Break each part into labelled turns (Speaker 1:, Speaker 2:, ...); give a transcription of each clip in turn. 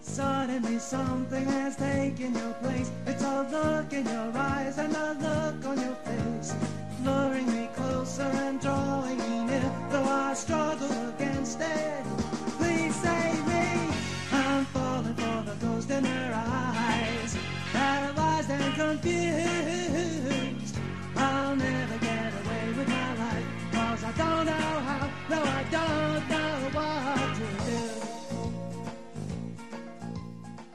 Speaker 1: suddenly something has taken your place. It's a look in your eyes and a look on your face, luring me closer and drawing me near. Though I struggle against it, please save me. I'm falling for the ghost in her eyes, paralyzed and confused. I'll never get away with my life, cause I don't know how, no, I don't know what to do.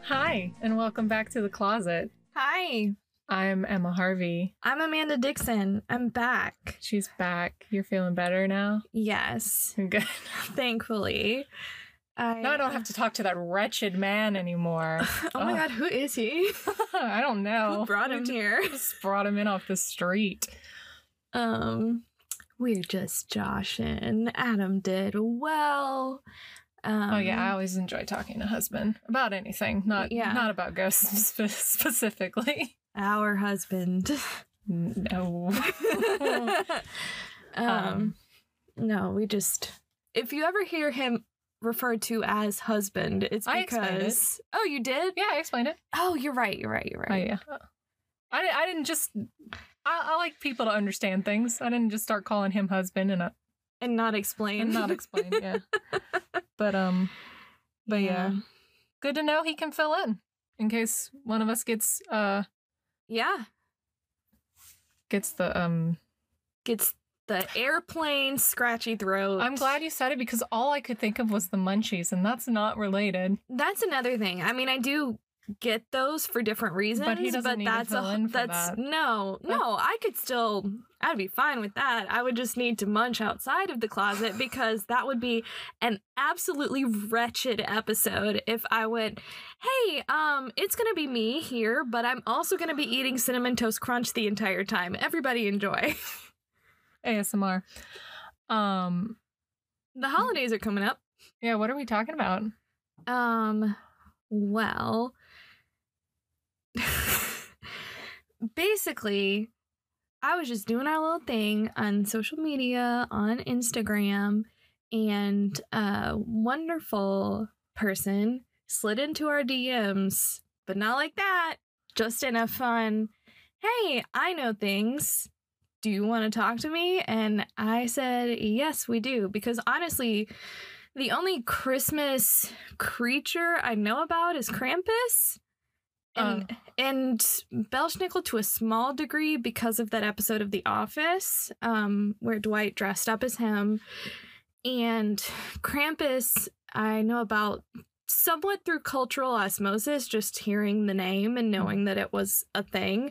Speaker 2: Hi, and welcome back to the closet.
Speaker 3: Hi,
Speaker 2: I'm Emma Harvey.
Speaker 3: I'm Amanda Dixon. I'm back.
Speaker 2: She's back. You're feeling better now?
Speaker 3: Yes,
Speaker 2: Good.
Speaker 3: thankfully. I,
Speaker 2: Now I don't have to talk to that wretched man anymore.
Speaker 3: Oh my
Speaker 2: Ugh.
Speaker 3: god, who is he?
Speaker 2: I don't know.
Speaker 3: Who brought him here?
Speaker 2: Just brought him in off the street.
Speaker 3: Um, we're just joshing. Adam did well. Um,
Speaker 2: oh yeah, I always enjoy talking to husband about anything, not
Speaker 3: Yeah.
Speaker 2: not about ghosts spe- specifically.
Speaker 3: our husband.
Speaker 2: No.
Speaker 3: um,
Speaker 2: Um.
Speaker 3: no, we just. If you ever hear him referred to as husband, it's
Speaker 2: I explained it.
Speaker 3: because. Oh, you did.
Speaker 2: yeah, I explained it.
Speaker 3: Oh, you're right. You're right. You're right.
Speaker 2: I, uh, I, di- I didn't just. I, I like people to understand things. I didn't just start calling him husband and uh,
Speaker 3: And not explain.
Speaker 2: and not explain. Yeah, but um, but yeah. good to know he can fill in in case one of us gets uh
Speaker 3: Yeah.
Speaker 2: gets the um.
Speaker 3: Gets the airplane scratchy throat.
Speaker 2: I'm glad you said it because all I could think of was the munchies, and that's not related.
Speaker 3: That's another thing. I mean, I do get those for different reasons,
Speaker 2: he doesn't need to
Speaker 3: that's
Speaker 2: fill
Speaker 3: a
Speaker 2: in for
Speaker 3: that's
Speaker 2: that.
Speaker 3: no, no. I could still, I'd be fine with that. I would just need to munch outside of the closet because that would be an absolutely wretched episode if I went, hey, um, it's gonna be me here, but I'm also gonna be eating cinnamon toast crunch the entire time. Everybody enjoy.
Speaker 2: ASMR. Um.
Speaker 3: the holidays are coming up.
Speaker 2: Yeah. What are we talking about?
Speaker 3: Um, well, basically, I was just doing our little thing on social media, on Instagram, and a wonderful person slid into our DMs, but not like that, just in a fun, hey, I know things. Do you want to talk to me? And I said, yes, we do. Because honestly, the only Christmas creature I know about is Krampus.
Speaker 2: Uh. Um,
Speaker 3: And, and Belschnickel to a small degree because of that episode of The Office um, where Dwight dressed up as him. And Krampus, I know about somewhat through cultural osmosis, just hearing the name and knowing that it was a thing.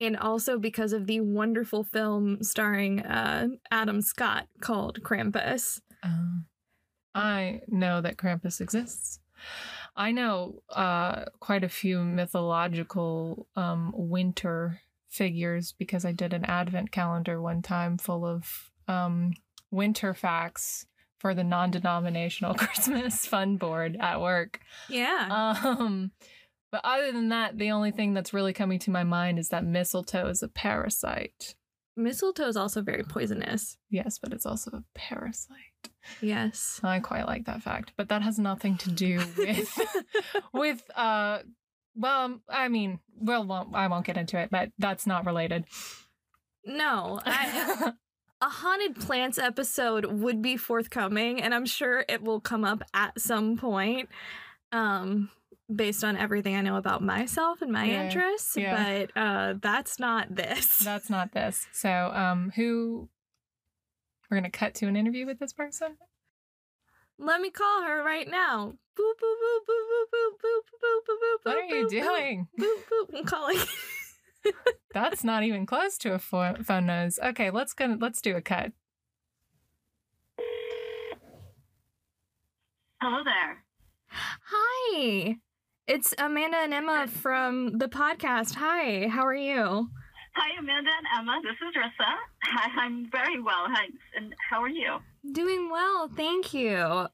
Speaker 3: And also because of the wonderful film starring uh, Adam Scott called Krampus.
Speaker 2: Um, I know that Krampus exists. I know uh, quite a few mythological um, winter figures because I did an advent calendar one time full of um, winter facts for the non denominational Christmas fun board at work.
Speaker 3: Yeah.
Speaker 2: Um, but other than that, the only thing that's really coming to my mind is that mistletoe is a parasite.
Speaker 3: Mistletoe is also very poisonous.
Speaker 2: Yes, but it's also a parasite.
Speaker 3: Yes.
Speaker 2: I quite like that fact, but that has nothing to do with with uh well, um, I mean, well, won't, I won't get into it, but that's not related.
Speaker 3: no, I, a haunted plants episode would be forthcoming, and I'm sure it will come up at some point, um, based on everything I know about myself and my
Speaker 2: Yeah.
Speaker 3: interests.
Speaker 2: Yeah.
Speaker 3: But uh, that's not this.
Speaker 2: that's not this. So, um who we're going to cut to an interview with this person?
Speaker 3: Let me call her right now. Boop boop boop boop boop boop boop boop boop boop.
Speaker 2: What are
Speaker 3: boop,
Speaker 2: you
Speaker 3: boop, boop,
Speaker 2: doing?
Speaker 3: Boop boop. I'm calling.
Speaker 2: That's not even close to a fo- phone nose. Okay, let's go let's do a cut.
Speaker 4: Hello there.
Speaker 3: Hi. It's Amanda and Emma from the podcast. Hi, how are you?
Speaker 4: Hi, Amanda and Emma. This is Rissa. Hi, I'm very well, thanks. And how are you?
Speaker 3: Doing well, thank you.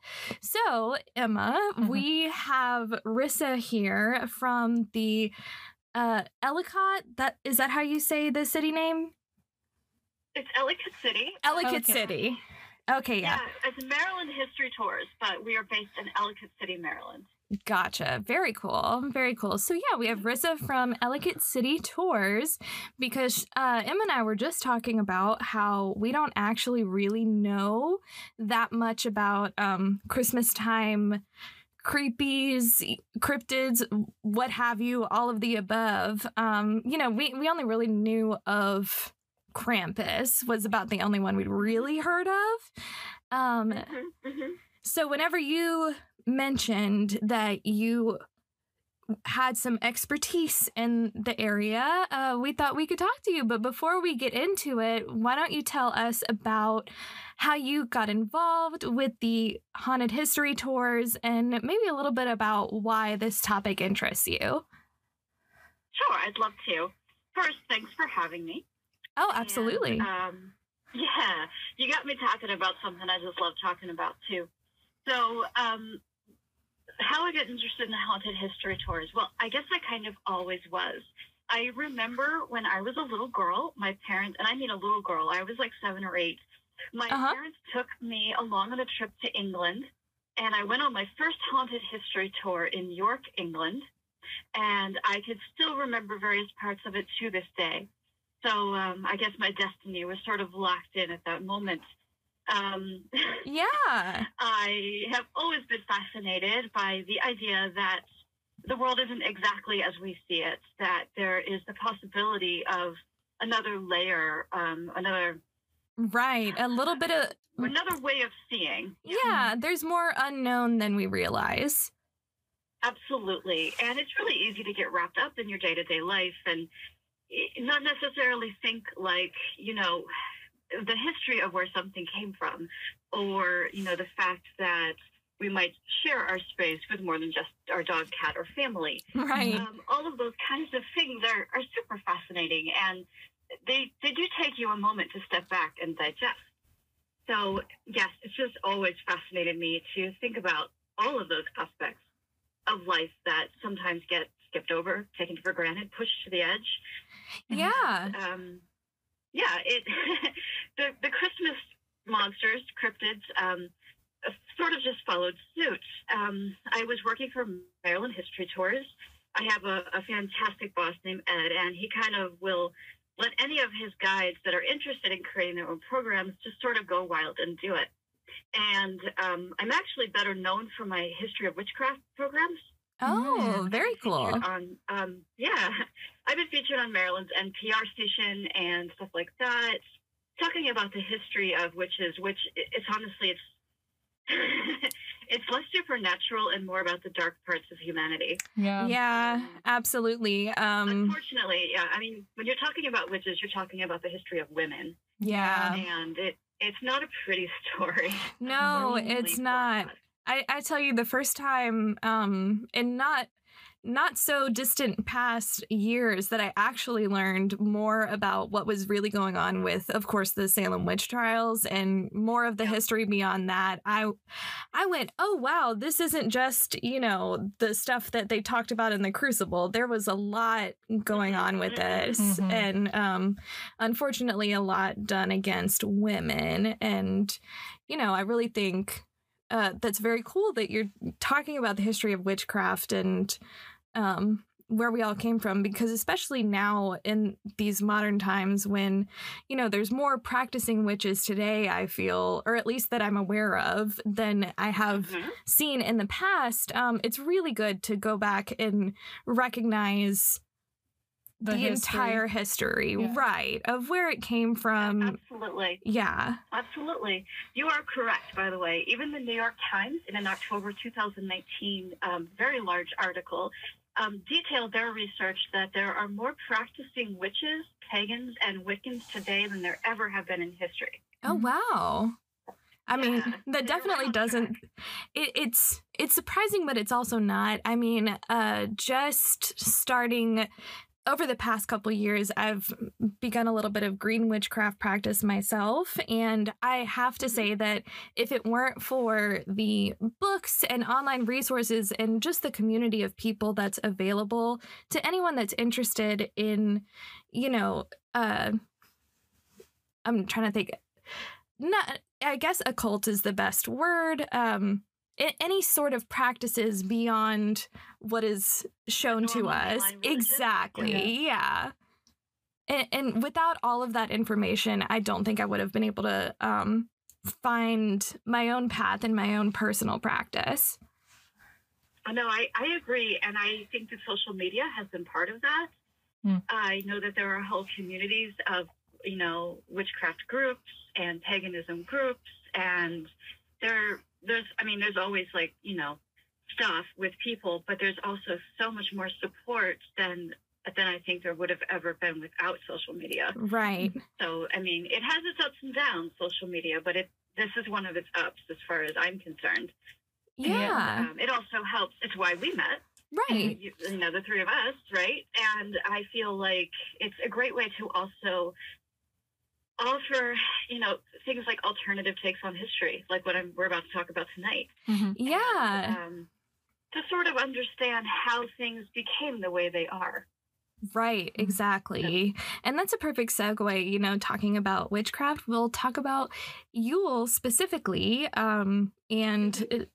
Speaker 3: So, Emma,
Speaker 2: Mhm.
Speaker 3: we have Rissa here from the uh Ellicott. That is that how you say the city name?
Speaker 4: It's Ellicott City.
Speaker 3: Ellicott
Speaker 2: Ellicott.
Speaker 3: City. Okay, yeah.
Speaker 4: it's Maryland History Tours, but we are based in Ellicott City, Maryland.
Speaker 3: Gotcha. Very cool. Very cool. So yeah, we have Rissa from Ellicott City Tours because uh, Em and I were just talking about how we don't actually really know that much about um, Christmas time creepies, e, cryptids, what have you, all of the above. Um, you know, we we only really knew of Krampus was about the only one we'd really heard of. Um,
Speaker 4: Mm-hmm, mm-hmm.
Speaker 3: so, whenever you mentioned that you had some expertise in the area, uh, we thought we could talk to you. But before we get into it, why don't you tell us about how you got involved with the haunted history tours and maybe a little bit about why this topic interests you?
Speaker 4: Sure, I'd love to. First, thanks for having me.
Speaker 3: Oh, absolutely.
Speaker 4: And, um, yeah, you got me talking about something I just love talking about too. So, um, how I get interested in haunted history tours? Well, I guess I kind of always was. I remember when I was a little girl, my parents, and I mean a little girl, I was like seven or eight. My
Speaker 3: Uh-huh.
Speaker 4: parents took me along on a trip to England, and I went on my first haunted history tour in York, England. And I could still remember various parts of it to this day. So um, I guess my destiny was sort of locked in at that moment. Um,
Speaker 3: yeah.
Speaker 4: I have always been fascinated by the idea that the world isn't exactly as we see it, that there is the possibility of another layer, um, another
Speaker 3: Right. A little bit of,
Speaker 4: another way of seeing.
Speaker 3: yeah, there's more unknown than we realize.
Speaker 4: Absolutely. And it's really easy to get wrapped up in your day to day life and eh, not necessarily think like, you know, the history of where something came from or, you know, the fact that we might share our space with more than just our dog, cat, or family.
Speaker 3: Right.
Speaker 4: Um, all of those kinds of things are, are super fascinating and they, they do take you a moment to step back and digest. So, yes, it's just always fascinated me to think about all of those aspects of life that sometimes get skipped over, taken for granted, pushed to the edge
Speaker 3: Yeah.
Speaker 4: um, yeah, it the the Christmas monsters, cryptids, um, sort of just followed suit. Um, I was working for Maryland History Tours. I have a, a fantastic boss named Ed, and he kind of will let any of his guides that are interested in creating their own programs just sort of go wild and do it. And um, I'm actually better known for my history of witchcraft programs.
Speaker 3: Oh,
Speaker 2: Mm.
Speaker 3: very cool.
Speaker 4: featured on um, yeah i've been featured on maryland's npr station and stuff like that talking about the history of witches which i- it's honestly it's it's less supernatural and more about the dark parts of humanity
Speaker 2: Yeah.
Speaker 3: Yeah, absolutely. Um,
Speaker 4: unfortunately yeah i mean when you're talking about witches you're talking about the history of women
Speaker 3: yeah.
Speaker 4: and it it's not a pretty story
Speaker 3: No,
Speaker 4: Lonely
Speaker 3: it's not.
Speaker 4: plot.
Speaker 3: I, I tell you, the first time, um, in not not so distant past years, that I actually learned more about what was really going on with, of course, the Salem witch trials and more of the
Speaker 4: Yeah.
Speaker 3: history beyond that. I I went, oh wow, this isn't just you know the stuff that they talked about in the Crucible. There was a lot going on with this,
Speaker 2: Mhm.
Speaker 3: and um, unfortunately, a lot done against women. And you know, I really think uh, that's very cool that you're talking about the history of witchcraft and um, where we all came from, because especially now in these modern times when, you know, there's more practicing witches today, I feel, or at least that I'm aware of, than I have
Speaker 4: Mhm.
Speaker 3: seen in the past. Um, it's really good to go back and recognize the,
Speaker 2: history.
Speaker 3: entire history,
Speaker 2: Yeah.
Speaker 3: right, of where it came from.
Speaker 4: Mm-hmm. absolutely
Speaker 3: Yeah.
Speaker 4: Absolutely. You are correct, by the way. Even the New York Times, in an October 2019 um, very large article, um, detailed their research that there are more practicing witches, pagans, and Wiccans today than there ever have been in history.
Speaker 3: Oh
Speaker 2: Mhm.
Speaker 3: wow. I mean,
Speaker 4: Yeah, they're
Speaker 3: that definitely
Speaker 4: on track.
Speaker 3: doesn't it, it's it's surprising but it's also not. I mean, uh just starting over the past couple years I've begun a little bit of green witchcraft practice myself and I have to say that if it weren't for the books and online resources and just the community of people that's available to anyone that's interested in, you know, uh I'm trying to think not I guess occult is the best word. Um, a- any sort of practices beyond what is shown to
Speaker 4: Normal
Speaker 3: us.
Speaker 4: online religion?
Speaker 3: Exactly. Yeah. And, and without all of that information, I don't think I would have been able to um, find my own path and my own personal practice.
Speaker 4: Uh, No, I, I agree. And I think that social media has been part of that.
Speaker 2: Mm.
Speaker 4: I know that there are whole communities of, you know, witchcraft groups and paganism groups. And there, there's, I mean, there's always like, you know, stuff with people, but there's also so much more support than, than I think there would have ever been without social media.
Speaker 3: Right.
Speaker 4: So, I mean, it has its ups and downs, social media, but it, this is one of its ups as far as I'm concerned.
Speaker 2: Yeah.
Speaker 3: Yeah.
Speaker 4: Um, it also helps. It's why we met
Speaker 3: Right.
Speaker 4: you, you know, the three of us, right? And I feel like it's a great way to also offer, you know, things like alternative takes on history, like what I'm, we're about to talk about tonight.
Speaker 2: Mhm.
Speaker 4: And,
Speaker 3: Yeah.
Speaker 4: um, to sort of understand how things became the way they are.
Speaker 3: Right, exactly. And that's a perfect segue, you know, talking about witchcraft. We'll talk about Yule specifically um, and it-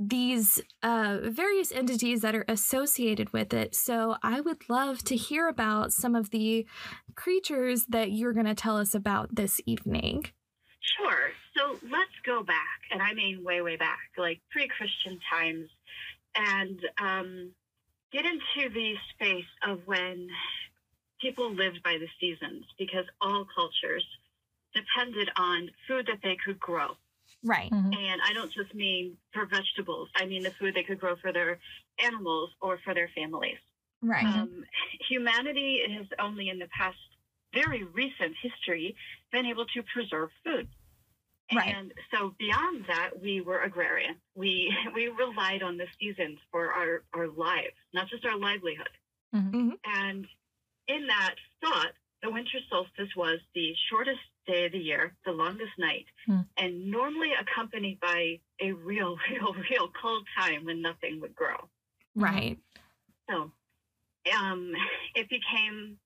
Speaker 3: these uh, various entities that are associated with it. So I would love to hear about some of the creatures that you're going to tell us about this evening.
Speaker 4: Sure. So let's go back, and I mean way, way back, like pre-Christian times, and um, get into the space of when people lived by the seasons, because all cultures depended on food that they could grow.
Speaker 3: Right.
Speaker 4: And I don't just mean for vegetables. I mean the food they could grow for their animals or for their families.
Speaker 3: Right.
Speaker 4: Um, humanity has only in the past very recent history been able to preserve food.
Speaker 3: Right.
Speaker 4: And so beyond that, we were agrarian. We we relied on the seasons for our, our lives, not just our livelihood.
Speaker 2: mm-hmm.
Speaker 3: Mhm.
Speaker 4: And in that thought, the winter solstice was the shortest day of the year, the longest night,
Speaker 2: Hmm.
Speaker 4: and normally accompanied by a real, real, real cold time when nothing would grow.
Speaker 3: Right.
Speaker 4: So um, it became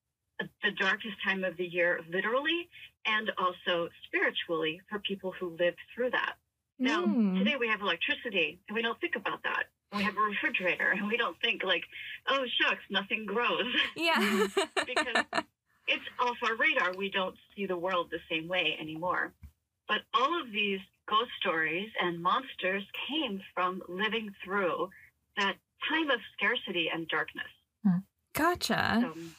Speaker 4: the darkest time of the year, literally and also spiritually, for people who lived through that. Now,
Speaker 3: Mm.
Speaker 4: today we have electricity and we don't think about that. We have a refrigerator and we don't think, like, oh, shucks, nothing grows.
Speaker 3: Yeah.
Speaker 4: because it's off our radar. We don't see the world the same way anymore. But all of these ghost stories and monsters came from living through that time of scarcity and darkness.
Speaker 3: gotcha.
Speaker 4: Um,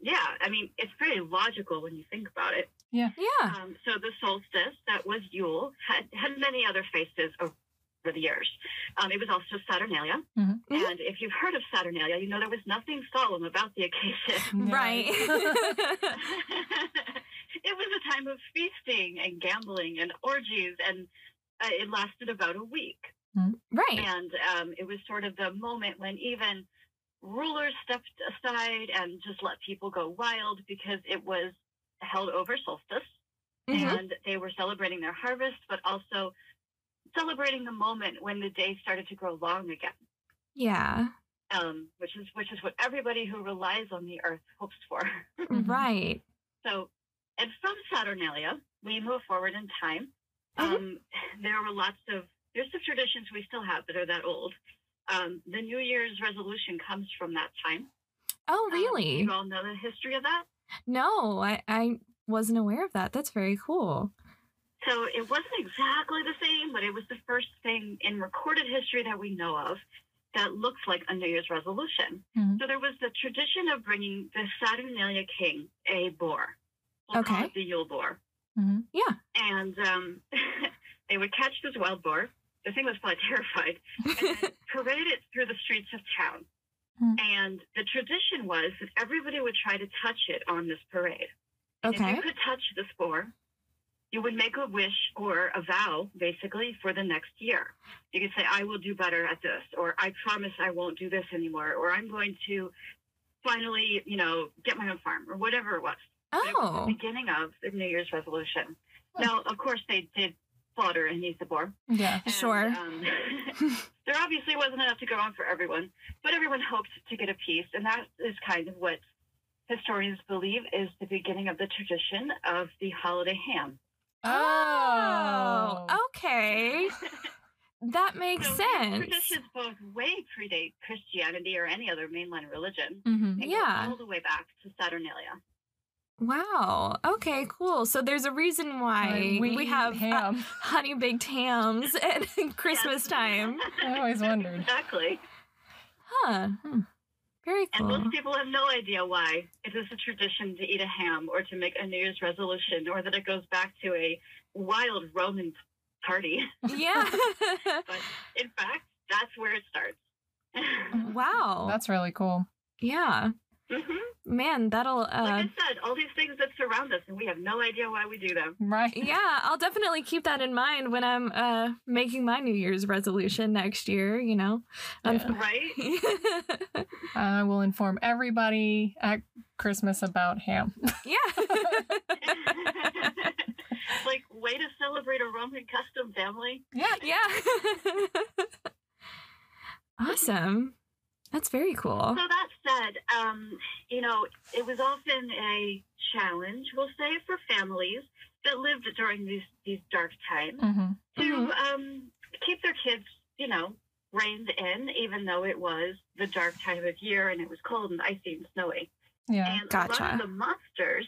Speaker 4: yeah, I mean, it's pretty logical when you think about it.
Speaker 3: Yeah.
Speaker 4: Um, so the solstice that was Yule had, had many other faces over the years. Um, it was also Saturnalia.
Speaker 2: Mhm.
Speaker 4: And if you've heard of Saturnalia, you know there was nothing solemn about the occasion.
Speaker 2: No.
Speaker 3: Right.
Speaker 4: it was a time of feasting and gambling and orgies, and uh, it lasted about a week.
Speaker 3: right.
Speaker 4: And um, it was sort of the moment when even rulers stepped aside and just let people go wild because it was held over solstice
Speaker 3: Mhm.
Speaker 4: and they were celebrating their harvest, but also celebrating the moment when the day started to grow long again.
Speaker 3: Yeah.
Speaker 4: Um, which is which is what everybody who relies on the earth hopes for.
Speaker 2: Mhm.
Speaker 3: Right.
Speaker 4: So, and from Saturnalia, we move forward in time.
Speaker 3: Uh-huh.
Speaker 4: Um, there were lots of there's some traditions we still have that are that old. Um, the New Year's resolution comes from that time.
Speaker 3: Oh,
Speaker 4: Um,
Speaker 3: really?
Speaker 4: you all know the history of that.
Speaker 3: no, I, I wasn't aware of that. That's very cool.
Speaker 4: So it wasn't exactly the same, but it was the first thing in recorded history that we know of that looks like a New Year's resolution.
Speaker 3: Mm-hmm.
Speaker 2: Mhm.
Speaker 4: So there was the tradition of bringing the Saturnalia king a boar. We'll call
Speaker 3: Okay.
Speaker 4: it the Yule boar.
Speaker 2: Mhm.
Speaker 4: and um, they would catch this wild boar. The thing was probably terrified, and then parade it through the streets of town.
Speaker 2: Hmm.
Speaker 4: And the tradition was that everybody would try to touch it on this parade. And If
Speaker 3: Okay.
Speaker 4: you could touch this boar, you would make a wish or a vow, basically, for the next year. You could say, I will do better at this, or I promise I won't do this anymore, or I'm going to finally, you know, get my own farm, or whatever it was. But it was the
Speaker 3: Oh,
Speaker 4: beginning of the New Year's resolution.
Speaker 2: Hmm.
Speaker 4: Now, of course, they did slaughter and use the boar.
Speaker 2: Yeah.
Speaker 4: And,
Speaker 3: Sure.
Speaker 4: Um, there obviously wasn't enough to go on for everyone, but everyone hoped to get a piece, and that is kind of what historians believe is the beginning of the tradition of the holiday ham.
Speaker 3: Oh, okay. That makes
Speaker 4: so these
Speaker 3: sense.
Speaker 4: Traditions both way predate Christianity or any other mainline religion.
Speaker 2: Mhm.
Speaker 4: They go
Speaker 3: Yeah.
Speaker 4: all the way back to Saturnalia.
Speaker 3: Wow. Okay, cool. So there's a reason why
Speaker 2: Like,
Speaker 3: we,
Speaker 2: eat
Speaker 3: have uh,
Speaker 2: ham.
Speaker 3: honey baked hams at Christmas
Speaker 4: Yes.
Speaker 3: time.
Speaker 2: I always wondered.
Speaker 4: exactly.
Speaker 3: Huh.
Speaker 2: Hmm.
Speaker 3: Very
Speaker 4: And
Speaker 3: cool.
Speaker 4: most people have no idea why. It is a tradition to eat a ham or to make a New Year's resolution or that it goes back to a wild Roman party.
Speaker 3: yeah.
Speaker 4: In fact, that's where it starts.
Speaker 3: wow.
Speaker 2: That's really cool.
Speaker 3: yeah.
Speaker 4: hmm
Speaker 3: Man, that'll uh
Speaker 4: like I said, all these things that surround us, and we have no idea why we do them.
Speaker 2: Right.
Speaker 3: yeah, I'll definitely keep that in mind when I'm uh making my New Year's resolution next year, you know. Um,
Speaker 4: Right?
Speaker 2: I will inform everybody at Christmas about ham.
Speaker 3: yeah.
Speaker 4: like, way to celebrate a Roman custom family.
Speaker 2: Yeah.
Speaker 3: yeah. awesome. That's very cool.
Speaker 4: So that said, um, you know, it was often a challenge, we'll say, for families that lived during these these dark times
Speaker 2: hmm
Speaker 4: to
Speaker 3: Mhm.
Speaker 4: um, keep their kids, you know, reined in, even though it was the dark time of year and it was cold and icy and snowy.
Speaker 2: Yeah.
Speaker 4: And a lot
Speaker 3: Gotcha.
Speaker 4: of the monsters,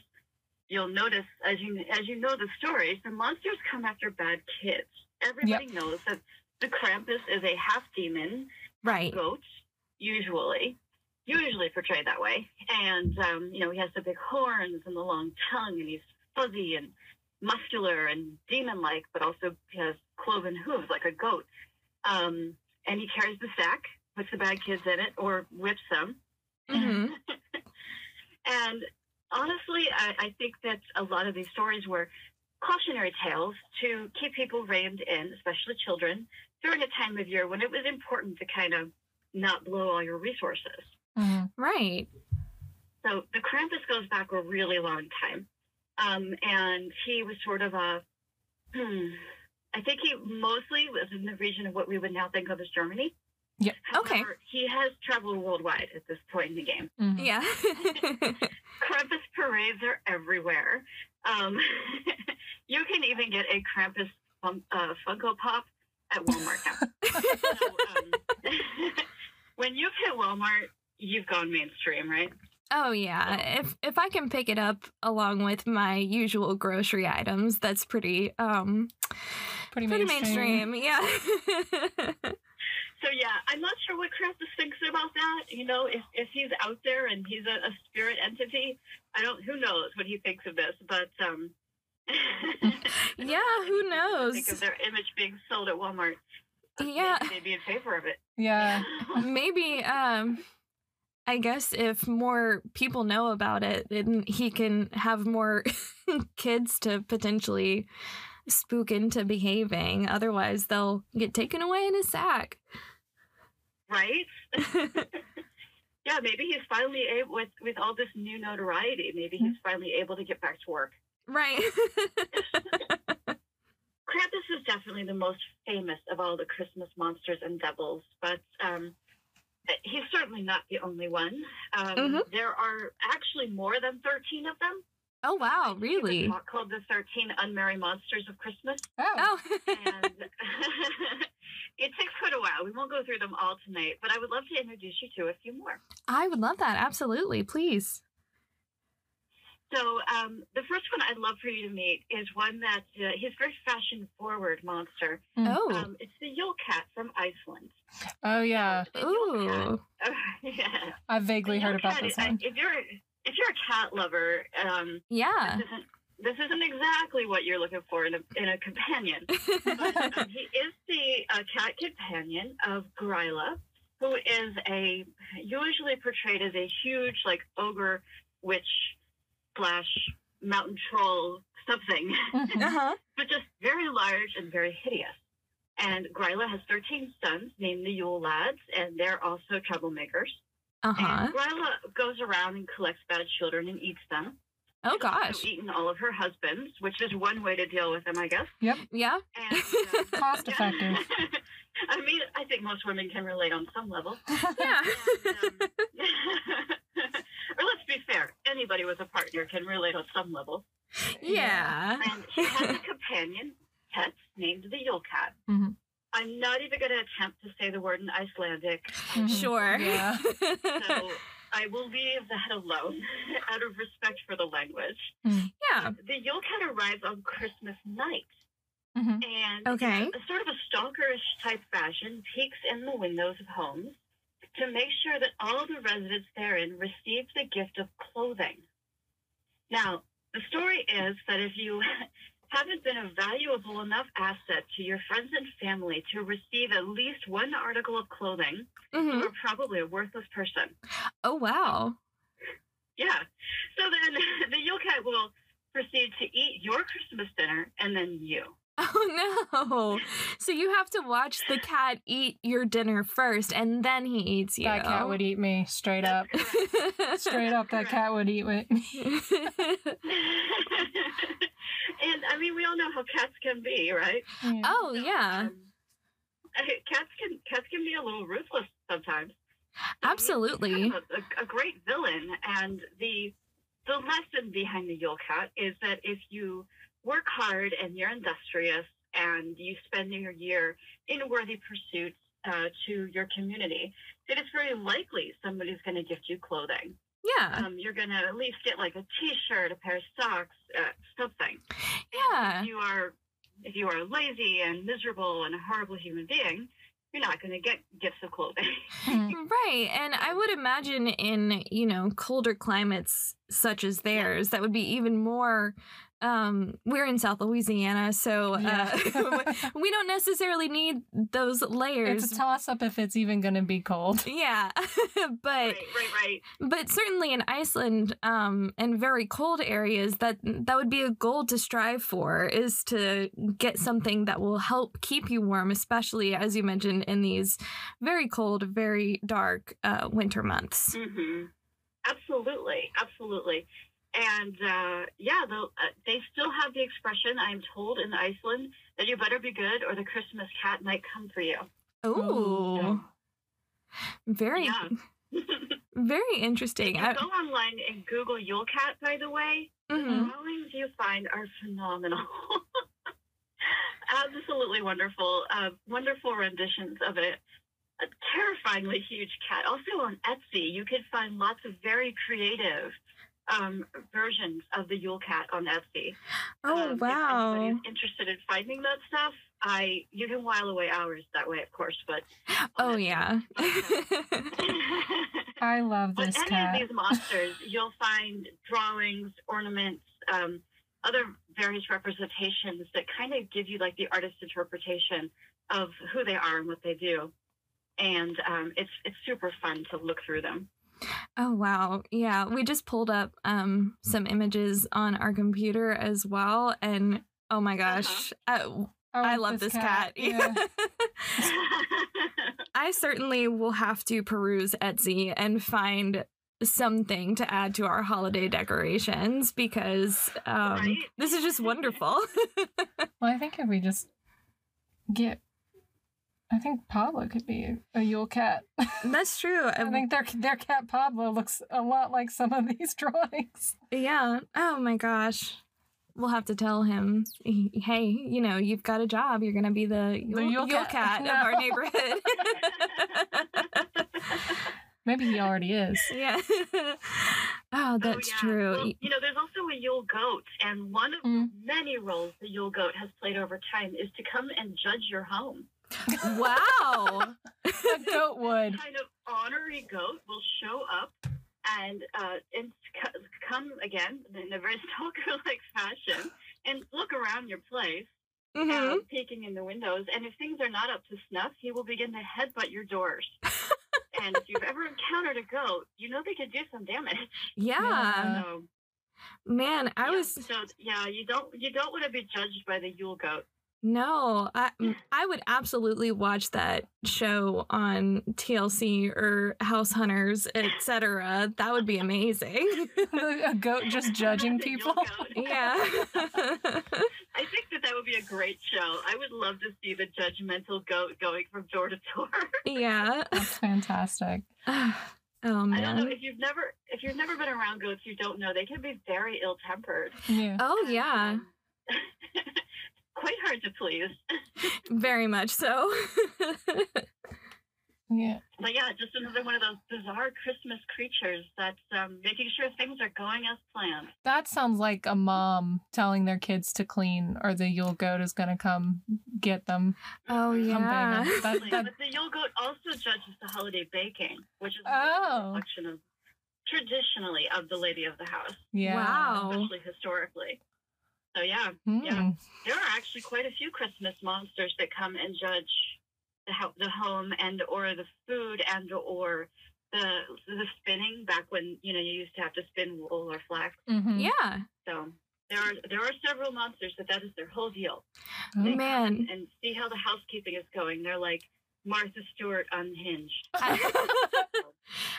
Speaker 4: you'll notice as you as you know the stories, the monsters come after bad kids. Everybody knows that the Krampus is a half demon
Speaker 3: Right.
Speaker 4: goat, usually, usually portrayed that way. And um, you know, he has the big horns and the long tongue, and he's fuzzy and muscular and demon-like, but also he has cloven hooves like a goat. Um, and he carries the sack, puts the bad kids in it, or whips them.
Speaker 3: hmm
Speaker 4: And honestly, I, I think that a lot of these stories were cautionary tales to keep people reined in, especially children, during a time of year when it was important to kind of not blow all your resources.
Speaker 2: hmm
Speaker 3: Right.
Speaker 4: So the Krampus goes back a really long time. Um, and he was sort of a, hmm, I think he mostly was in the region of what we would now think of as Germany.
Speaker 2: Yeah.
Speaker 3: Okay.
Speaker 4: However, He has traveled worldwide at this point in the game.
Speaker 2: hmm
Speaker 3: Yeah.
Speaker 4: Krampus parades are everywhere. Um, you can even get a Krampus fun- uh, Funko Pop at Walmart now. so, um, when you've hit Walmart, you've gone mainstream, right?
Speaker 3: oh yeah. If if I can pick it up along with my usual grocery items, that's pretty um
Speaker 2: Pretty,
Speaker 3: pretty
Speaker 2: mainstream.
Speaker 3: mainstream. Yeah.
Speaker 4: So yeah, I'm not sure what Krampus thinks about that. You know, if, if he's out there and he's a, a spirit entity, I don't. Who knows what he thinks of this? But um,
Speaker 3: yeah, who
Speaker 4: Think of
Speaker 3: knows?
Speaker 4: their image being sold at Walmart. Uh,
Speaker 3: Yeah.
Speaker 4: Maybe they'd be in favor of it.
Speaker 2: Yeah.
Speaker 3: Maybe um I guess if more people know about it, then he can have more kids to potentially spook into behaving. Otherwise, they'll get taken away in a sack.
Speaker 4: right? Yeah, maybe he's finally able with with all this new notoriety. Maybe he's finally able to get back to work.
Speaker 3: right.
Speaker 4: Krampus is definitely the most famous of all the Christmas monsters and devils, but um, he's certainly not the only one. Um,
Speaker 3: Mhm.
Speaker 4: There are actually more than thirteen of them.
Speaker 3: Oh wow,
Speaker 4: It's
Speaker 3: really?
Speaker 4: not called the Thirteen Unmerry Monsters of Christmas,
Speaker 2: Oh.
Speaker 3: Oh.
Speaker 4: and it takes quite a while. We won't go through them all tonight, but I would love to introduce you to a few more.
Speaker 3: I would love that. Absolutely. Please.
Speaker 4: So um, the first one I'd love for you to meet is one that uh, he's a very fashion forward monster.
Speaker 2: Mm.
Speaker 3: Oh.
Speaker 4: Um, it's the Yule Cat from Iceland.
Speaker 2: Oh yeah.
Speaker 4: The Yule Cat-
Speaker 3: Ooh.
Speaker 4: yeah.
Speaker 2: I vaguely
Speaker 4: The Yule
Speaker 2: heard about
Speaker 4: Cat
Speaker 2: this
Speaker 4: is- I-
Speaker 2: one.
Speaker 4: If you're if you're a cat lover, um,
Speaker 3: Yeah.
Speaker 4: this, isn't, this isn't exactly what you're looking for in a in a companion. But, um, he is the uh, cat companion of Gorilla, who is a usually portrayed as a huge like ogre, witch, slash mountain troll something,
Speaker 2: Mhm.
Speaker 3: huh.
Speaker 4: but just very large and very hideous. And Gryla has 13 sons named the Yule Lads, and they're also troublemakers.
Speaker 3: Uh huh.
Speaker 4: And Gryla goes around and collects bad children and eats them.
Speaker 3: Oh
Speaker 4: She's also
Speaker 3: gosh.
Speaker 4: Eaten all of her husbands, which is one way to deal with them, I guess.
Speaker 3: Yeah.
Speaker 4: And, um,
Speaker 2: Cost effective.
Speaker 4: I mean, I think most women can relate on some level.
Speaker 3: Yeah.
Speaker 4: And, um, or let's be fair, anybody with a partner can relate on some level.
Speaker 3: Yeah.
Speaker 4: and she has a companion pet named the Yule Cat.
Speaker 3: Mm-hmm.
Speaker 2: Mhm.
Speaker 4: I'm not even going to attempt to say the word in Icelandic,
Speaker 2: Mhm.
Speaker 3: Sure.
Speaker 2: Yeah.
Speaker 4: so I will leave that alone out of respect for the language.
Speaker 3: yeah.
Speaker 4: The Yule Cat arrives on Christmas night
Speaker 2: Mhm.
Speaker 4: and
Speaker 3: Okay.
Speaker 4: a sort of a stalkerish type fashion peeks in the windows of homes to make sure that all the residents therein receive the gift of clothing. Now, the story is that if you haven't been a valuable enough asset to your friends and family to receive at least one article of clothing,
Speaker 2: Mm-hmm.
Speaker 3: hmm
Speaker 4: you're probably a worthless person.
Speaker 3: Oh wow.
Speaker 4: Yeah. So then the Yule Cat will proceed to eat your Christmas dinner and then you.
Speaker 3: Oh no. So you have to watch the cat eat your dinner first, and then he eats you.
Speaker 2: That cat would eat me straight up. Straight up, that cat would eat me.
Speaker 4: and I mean, we all know how cats can be, right?
Speaker 2: Yeah.
Speaker 3: oh
Speaker 4: So,
Speaker 3: yeah,
Speaker 4: um, cats can cats can be a little ruthless sometimes.
Speaker 3: absolutely.
Speaker 4: Kind of A, a, a great villain, and the the lesson behind the Yule Cat is that if you work hard and you're industrious and you spend your year in worthy pursuits uh, to your community, it is very likely somebody's going to gift you clothing.
Speaker 3: Yeah.
Speaker 4: um, you're gonna at least get like a t-shirt, a pair of socks, uh, something.
Speaker 3: Yeah.
Speaker 4: If you are if you are lazy and miserable and a horrible human being, you're not gonna get gifts of clothing.
Speaker 2: Mm-hmm.
Speaker 3: Right. And I would imagine in, you know, colder climates such as theirs, that would be even more. Um, we're in South Louisiana, so
Speaker 2: Yeah.
Speaker 3: uh, we don't necessarily need those layers.
Speaker 2: It's a toss up if it's even going to be cold.
Speaker 3: yeah. but
Speaker 4: right, right, right.
Speaker 3: but certainly in Iceland um, and very cold areas, that that would be a goal to strive for is to get something that will help keep you warm, especially as you mentioned in these very cold, very dark uh, winter months.
Speaker 4: hmm Absolutely, absolutely. And uh, yeah, the, uh, they still have the expression I'm told in Iceland that you better be good or the Christmas cat might come for you.
Speaker 3: Oh, very,
Speaker 4: Mm-hmm. Yeah.
Speaker 3: very interesting.
Speaker 4: You
Speaker 3: I-
Speaker 4: go online and Google Yule Cat, by the way,
Speaker 3: mhm.
Speaker 4: The drawings you find are phenomenal. Absolutely wonderful. Uh, wonderful renditions of it. A terrifyingly huge cat. Also on Etsy, you can find lots of very creative um, versions of the Yule Cat on Etsy. Um,
Speaker 3: Oh
Speaker 4: if
Speaker 3: wow!
Speaker 4: anybody's interested in finding that stuff, I you can while away hours that way, of course. But on
Speaker 3: Oh
Speaker 4: Etsy.
Speaker 3: yeah.
Speaker 2: I love
Speaker 4: With
Speaker 2: this
Speaker 4: any
Speaker 2: cat.
Speaker 4: of these monsters, you'll find drawings, ornaments, um, other various representations that kind of give you like the artist's interpretation of who they are and what they do. And um, it's it's super fun to look through them.
Speaker 3: Oh wow. Yeah, we just pulled up um some images on our computer as well and oh my gosh. Uh, I love this cat.
Speaker 2: Yeah.
Speaker 4: Oh,
Speaker 3: I certainly will have to peruse Etsy and find something to add to our holiday decorations because um
Speaker 4: Right?
Speaker 3: this is just wonderful.
Speaker 2: Well, I think if we just get, I think Pablo could be a Yule cat.
Speaker 3: That's true.
Speaker 2: I think their their cat Pablo looks a lot like some of these drawings.
Speaker 3: Yeah. Oh my gosh. We'll have to tell him, hey, you know, you've got a job. You're going to be the, Yule,
Speaker 2: Yule
Speaker 3: Yule
Speaker 2: Cat."
Speaker 3: cat
Speaker 2: No.
Speaker 3: of our neighborhood.
Speaker 2: Maybe he already is.
Speaker 3: yeah. Oh,
Speaker 4: Oh,
Speaker 3: that's
Speaker 4: yeah.
Speaker 3: true.
Speaker 4: Well, you know, there's also a Yule goat, and one of
Speaker 2: Mm.
Speaker 4: the many roles the Yule goat has played over time is to come and judge your home.
Speaker 3: Wow.
Speaker 2: A goat would.
Speaker 4: kind of honorary goat will show up and uh, and c- come again in a very stalker-like fashion and look around your place,
Speaker 3: Mhm.
Speaker 2: Mm-hmm.
Speaker 4: uh, peeking in the windows. And if things are not up to snuff, he will begin to headbutt your doors. and if you've ever encountered a goat, you know they can do some damage.
Speaker 3: Yeah.
Speaker 2: Yeah.
Speaker 4: So,
Speaker 3: Man, I
Speaker 4: yeah,
Speaker 3: was
Speaker 4: so yeah. You don't you don't want to be judged by the Yule goat.
Speaker 3: no, I I would absolutely watch that show on TLC or House Hunters, etc. That would be amazing.
Speaker 2: a goat just judging
Speaker 4: The Yule
Speaker 2: people.
Speaker 4: goat.
Speaker 3: yeah.
Speaker 4: I think that that would be a great show. I would love to see the judgmental goat going from door to door.
Speaker 3: yeah.
Speaker 2: That's fantastic.
Speaker 3: Oh
Speaker 4: I don't know
Speaker 3: man.
Speaker 4: if you've never if you've never been around goats, you don't know they can be very ill tempered.
Speaker 2: Yeah.
Speaker 3: Oh yeah,
Speaker 4: Quite hard to please.
Speaker 3: very much so.
Speaker 2: Yeah.
Speaker 4: But yeah, just another one of those bizarre Christmas creatures that's um, making sure things are going as planned.
Speaker 2: That sounds like a mom telling their kids to clean or the Yule goat is going to come get them.
Speaker 3: oh
Speaker 4: I'm
Speaker 3: yeah.
Speaker 2: banging. That-
Speaker 4: But the Yule Goat also judges the holiday baking, which is
Speaker 2: Oh.
Speaker 4: a reflection of traditionally of the lady of the house,
Speaker 2: Yeah.
Speaker 3: Wow. Oh.
Speaker 4: especially historically. So yeah,
Speaker 2: Mm.
Speaker 4: Yeah. there are actually quite a few Christmas monsters that come and judge the, ho- the home and or the food and or the the spinning back when you know you used to have to spin wool or flax.
Speaker 2: Mhm.
Speaker 3: yeah.
Speaker 4: So there are there are several monsters that that is their whole deal.
Speaker 2: Oh.
Speaker 4: They come
Speaker 3: Man.
Speaker 4: and see how the housekeeping is going. They're like Martha Stewart unhinged.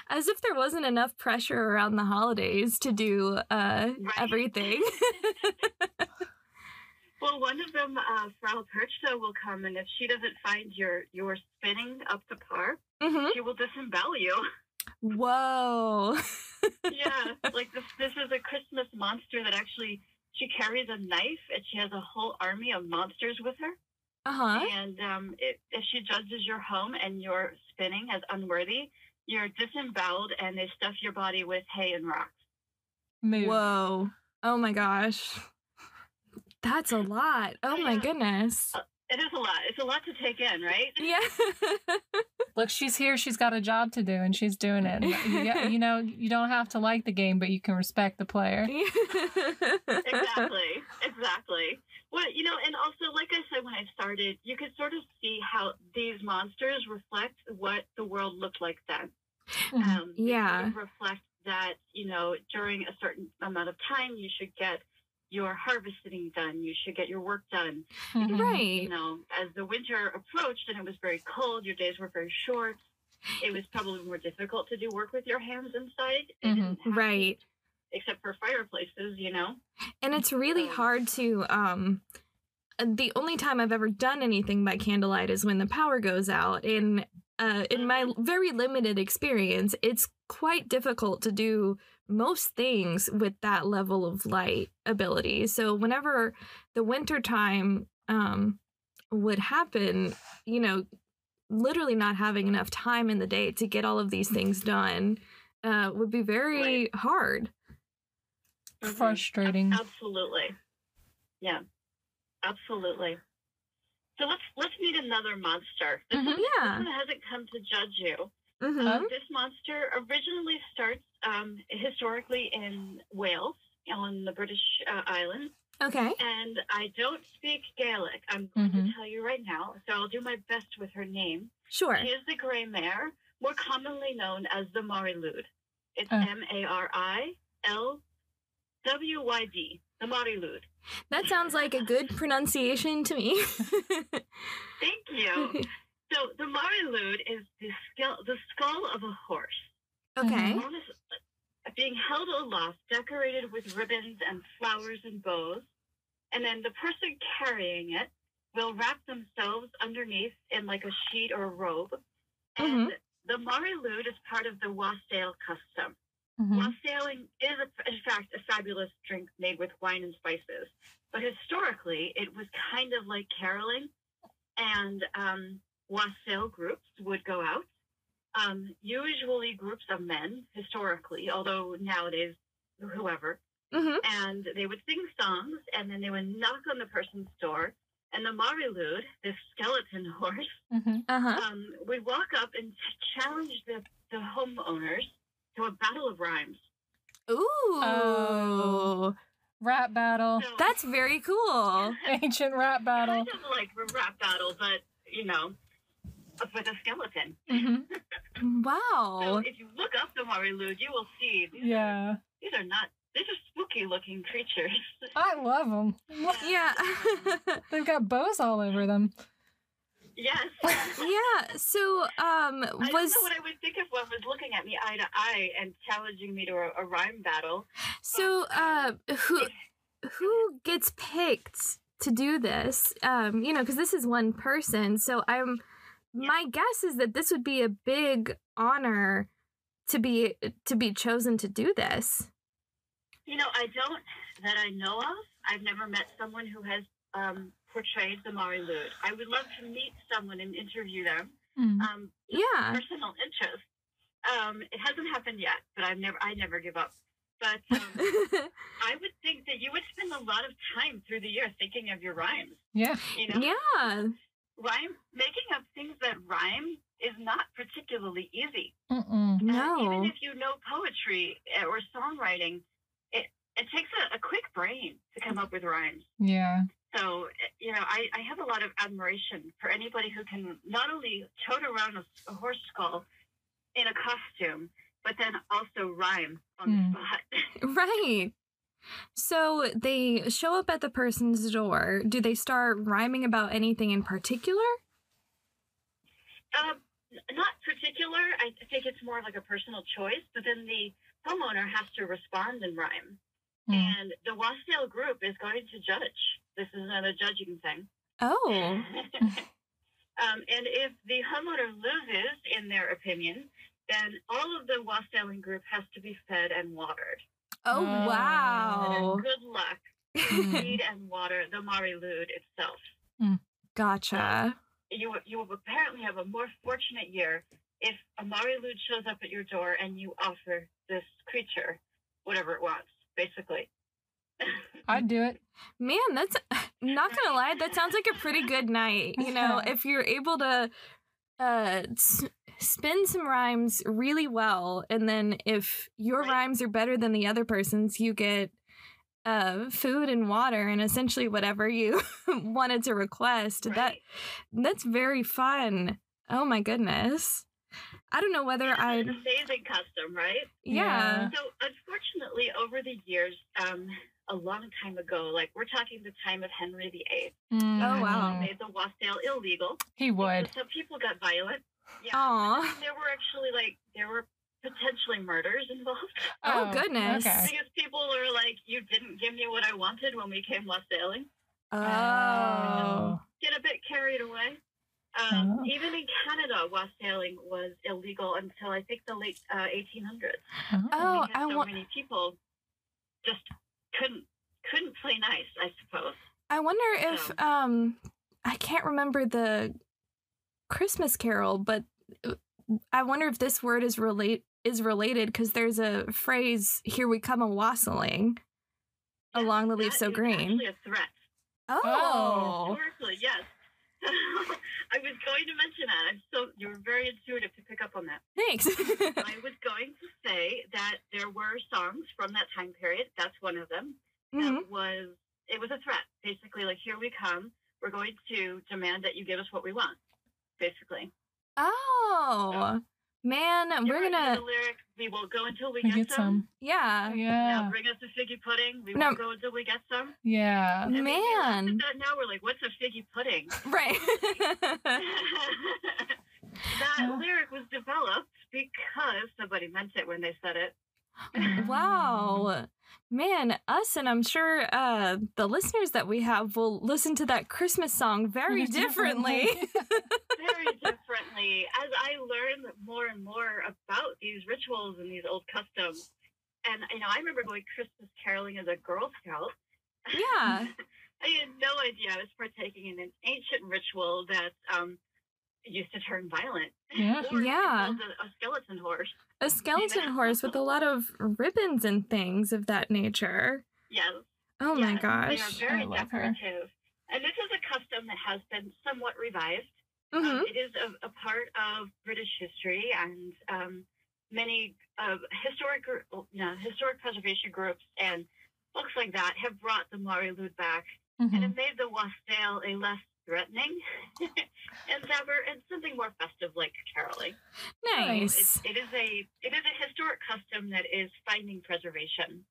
Speaker 3: As if there wasn't enough pressure around the holidays to do uh,
Speaker 4: Right.
Speaker 3: everything.
Speaker 4: Well, one of them, uh, Frau Perchta, will come, and if she doesn't find your your spinning up to par,
Speaker 3: hmm
Speaker 4: she will disembowel you.
Speaker 3: Whoa.
Speaker 4: yeah, like this this is a Christmas monster that actually she carries a knife, and she has a whole army of monsters with her.
Speaker 3: Uh huh.
Speaker 4: And um, if, if she judges your home and your spinning as unworthy, you're disemboweled, and they stuff your body with hay and rocks.
Speaker 2: Move.
Speaker 3: Whoa. Oh my gosh. That's a lot. Oh my
Speaker 4: Yeah.
Speaker 3: goodness.
Speaker 4: It is a lot. It's a lot to take in, right?
Speaker 3: Yeah.
Speaker 2: Look, she's here. She's got a job to do and she's doing it. You, got- you know, you don't have to like the game, but you can respect the player.
Speaker 4: exactly exactly well you know and also like i said when i started you could sort of see how these monsters reflect what the world looked like then
Speaker 2: Mhm.
Speaker 4: um, they
Speaker 3: Mm-hmm. Yeah.
Speaker 4: sort of reflect that you know during a certain amount of time you should get your harvesting done you should get your work done
Speaker 2: Mhm.
Speaker 3: right.
Speaker 4: you know as the winter approached and it was very cold your days were very short it was probably more difficult to do work with your hands inside They
Speaker 2: Mhm.
Speaker 4: didn't have-
Speaker 3: Mm-hmm. Right.
Speaker 4: except for fireplaces you know
Speaker 3: And it's really
Speaker 4: Um,
Speaker 3: hard to um the only time I've ever done anything by candlelight is when the power goes out and uh, in my very limited experience, it's quite difficult to do most things with that level of light ability. So whenever the winter time um, would happen, you know, literally not having enough time in the day to get all of these things done uh, would be very
Speaker 4: Right.
Speaker 3: hard.
Speaker 4: Mhm.
Speaker 2: Frustrating.
Speaker 4: Absolutely. Yeah. Absolutely. So let's let's meet another monster. This
Speaker 2: Mhm.
Speaker 4: one
Speaker 3: Yeah.
Speaker 4: that hasn't come to judge you.
Speaker 3: Mhm.
Speaker 4: Um, this monster originally starts um, historically in Wales on the British uh, islands,
Speaker 3: Okay.
Speaker 4: and I don't speak Gaelic. I'm going to
Speaker 2: Mhm.
Speaker 4: tell you right now, so I'll do my best with her name.
Speaker 3: Sure.
Speaker 4: She is the Grey Mare, more commonly known as the Marilude. It's
Speaker 2: Oh.
Speaker 4: M A R I L W Y D, the Marilude.
Speaker 3: That sounds like a good pronunciation to me.
Speaker 4: Thank you. So the Marilude is the skull, the skull of a horse.
Speaker 3: okay.
Speaker 2: Mhm.
Speaker 4: On a- being held aloft, decorated with ribbons and flowers and bows, and then the person carrying it will wrap themselves underneath in like a sheet or a robe. And the Marilude is part of the wassail custom.
Speaker 2: Mhm.
Speaker 4: Mm-hmm. Wassailing is, a, in fact, a fabulous drink made with wine and spices. But historically, it was kind of like caroling, and um, wassail groups would go out. Um, usually, groups of men, historically, although nowadays, whoever,
Speaker 3: hmm
Speaker 4: and they would sing songs, and then they would knock on the person's door, and the Marilude, this skeleton horse,
Speaker 2: Mhm.
Speaker 3: Uh huh.
Speaker 4: um, would walk up and t- challenge the, the homeowners to a battle of rhymes.
Speaker 3: Ooh.
Speaker 2: Oh. Rap battle.
Speaker 4: So-
Speaker 3: That's very cool.
Speaker 2: Ancient rap battle.
Speaker 4: Kind of like a rap battle, but you know, with a skeleton.
Speaker 2: Mhm.
Speaker 4: So
Speaker 3: Wow.
Speaker 4: if you look up the Marilude, you will see these, are,
Speaker 2: Oh. Yeah.
Speaker 4: these are not these are spooky looking creatures.
Speaker 2: I love them.
Speaker 3: Yeah.
Speaker 2: They've got bows all over them.
Speaker 4: yes.
Speaker 3: yeah. So um
Speaker 4: I don't
Speaker 3: was
Speaker 4: know what I would think if one was looking at me eye to eye and challenging me to a, a rhyme battle.
Speaker 3: so uh who who gets picked to do this? Um you know cuz this is one person. So I'm my guess is that this would be a big honor to be to be chosen to do this?
Speaker 4: You know, I don't that I know of. I've never met someone who has um, portrayed the Mari Lude. I would love to meet someone and interview them.
Speaker 2: Mm.
Speaker 4: Um,
Speaker 3: Yeah.
Speaker 4: personal interest. Um, it hasn't happened yet, but I've never I never give up. But um, I would think that you would spend a lot of time through the year thinking of your rhymes.
Speaker 2: Yeah.
Speaker 4: You know,
Speaker 3: yeah.
Speaker 4: rhyme making up things that rhyme is not particularly easy.
Speaker 2: Mm-mm.
Speaker 4: And
Speaker 3: No.
Speaker 4: even if you know poetry eh, or songwriting, it, it takes a, a quick brain to come up with rhymes.
Speaker 2: Yeah.
Speaker 4: So, eh, you know, I, I have a lot of admiration for anybody who can not only tote around a, s- a horse skull in a costume, but then also rhyme on
Speaker 2: Hmm.
Speaker 4: the spot.
Speaker 3: Right. So they show up at the person's door. Do they start rhyming about anything in particular?
Speaker 4: um, n- not particular. I think it's more like a personal choice, but then the homeowner has to respond in rhyme.
Speaker 2: Hmm.
Speaker 4: And the Wasdale group is going to judge. This is another judging thing.
Speaker 3: Oh.
Speaker 4: um, and if the homeowner loses in their opinion, then all of the Wassailing group has to be fed and watered.
Speaker 3: Oh,
Speaker 2: Oh.
Speaker 3: wow.
Speaker 4: Good luck.
Speaker 2: Mm.
Speaker 4: Feed and water the Mari Lude itself.
Speaker 3: gotcha.
Speaker 4: You, you will apparently have a more fortunate year if a Mari Lude shows up at your door and you offer this creature whatever it wants, basically.
Speaker 2: I'd do it.
Speaker 3: Man, that's not gonna lie, that sounds like a pretty good night. You know, if you're able to uh s- spin some rhymes really well, and then if your
Speaker 4: Right.
Speaker 3: rhymes are better than the other person's, you get uh food and water and essentially whatever you wanted to request. That
Speaker 4: right?
Speaker 3: That's very fun. Oh my goodness. I don't know whether
Speaker 4: Yeah,
Speaker 3: I'd.
Speaker 4: it's an amazing custom, right?
Speaker 3: Yeah.
Speaker 4: So, unfortunately, over the years, um, a long time ago, like we're talking the time of Henry VIII,
Speaker 2: Mm.
Speaker 3: Oh, wow.
Speaker 4: made the wassail illegal.
Speaker 2: He would.
Speaker 4: So people got violent. Yeah.
Speaker 3: Aw.
Speaker 4: There were actually like there were potentially murders involved
Speaker 3: Oh, goodness.
Speaker 2: Okay.
Speaker 4: because people were like, "You didn't give me what I wanted when we came wassailing."
Speaker 3: Oh.
Speaker 4: Get a bit carried away. Um,
Speaker 2: Oh.
Speaker 4: Even in Canada, wassailing was illegal until I think the late uh, 1800s.
Speaker 2: Oh.
Speaker 4: we
Speaker 3: Oh,
Speaker 4: had
Speaker 3: I
Speaker 4: so
Speaker 3: want.
Speaker 4: many people just couldn't couldn't play nice, I suppose.
Speaker 3: I wonder if
Speaker 4: So-
Speaker 3: um I can't remember the Christmas carol, but uh, I wonder if this word is relate is related cuz there's a phrase here we come a wassailing
Speaker 4: Yes,
Speaker 3: along the leaves
Speaker 4: that
Speaker 3: so
Speaker 4: is
Speaker 3: green.
Speaker 4: Actually, a threat.
Speaker 3: Oh.
Speaker 4: Historically, yes. I was going to mention that. I'm so you were very intuitive to pick up on that.
Speaker 3: Thanks.
Speaker 4: I was going to say that there were songs from that time period. That's one of them.
Speaker 3: Mhm.
Speaker 4: That was it was a threat, basically. Like here we come. We're going to demand that you give us what we want. Basically,
Speaker 3: Oh. Man,
Speaker 4: You
Speaker 3: we're going
Speaker 4: remember
Speaker 3: to
Speaker 4: the lyric. We will go until we,
Speaker 2: We get some.
Speaker 3: yeah.
Speaker 4: Now
Speaker 2: Yeah.
Speaker 4: bring us a figgy pudding. We
Speaker 3: No.
Speaker 4: will go until we get some.
Speaker 2: Yeah.
Speaker 4: I mean, we laugh at
Speaker 3: Man.
Speaker 4: that now we're like, what's a figgy pudding?
Speaker 3: Right.
Speaker 4: that
Speaker 2: Yeah.
Speaker 4: lyric was developed because somebody meant it when they said it.
Speaker 3: Wow. Man, us and I'm sure uh, the listeners that we have will listen to that Christmas song very differently.
Speaker 4: Very differently. As I learned more and more about these rituals and these old customs, and you know, I remember going Christmas caroling as a Girl Scout.
Speaker 3: yeah.
Speaker 4: I had no idea I was partaking in an ancient ritual that um, used to turn violent.
Speaker 2: Yeah.
Speaker 4: Or
Speaker 3: Yeah.
Speaker 4: involved a- a skeleton horse.
Speaker 3: A skeleton horse with a lot of ribbons and things of that nature.
Speaker 4: Yes.
Speaker 3: Oh my
Speaker 4: Yes,
Speaker 3: gosh.
Speaker 4: They are
Speaker 2: I
Speaker 4: very
Speaker 2: love her.
Speaker 4: decorative. And this is a custom that has been somewhat revived. Um,
Speaker 3: hmm
Speaker 4: it is a, a part of British history, and um, many uh, historic gr- oh, no, historic preservation groups and folks like that have brought the Maori Lude back and
Speaker 3: Mm-hmm.
Speaker 2: Mhm.
Speaker 4: have made the wassail a less threatening endeavor and something more festive like caroling.
Speaker 3: Nice.
Speaker 4: It, it is a it is a historic custom that is finding preservation.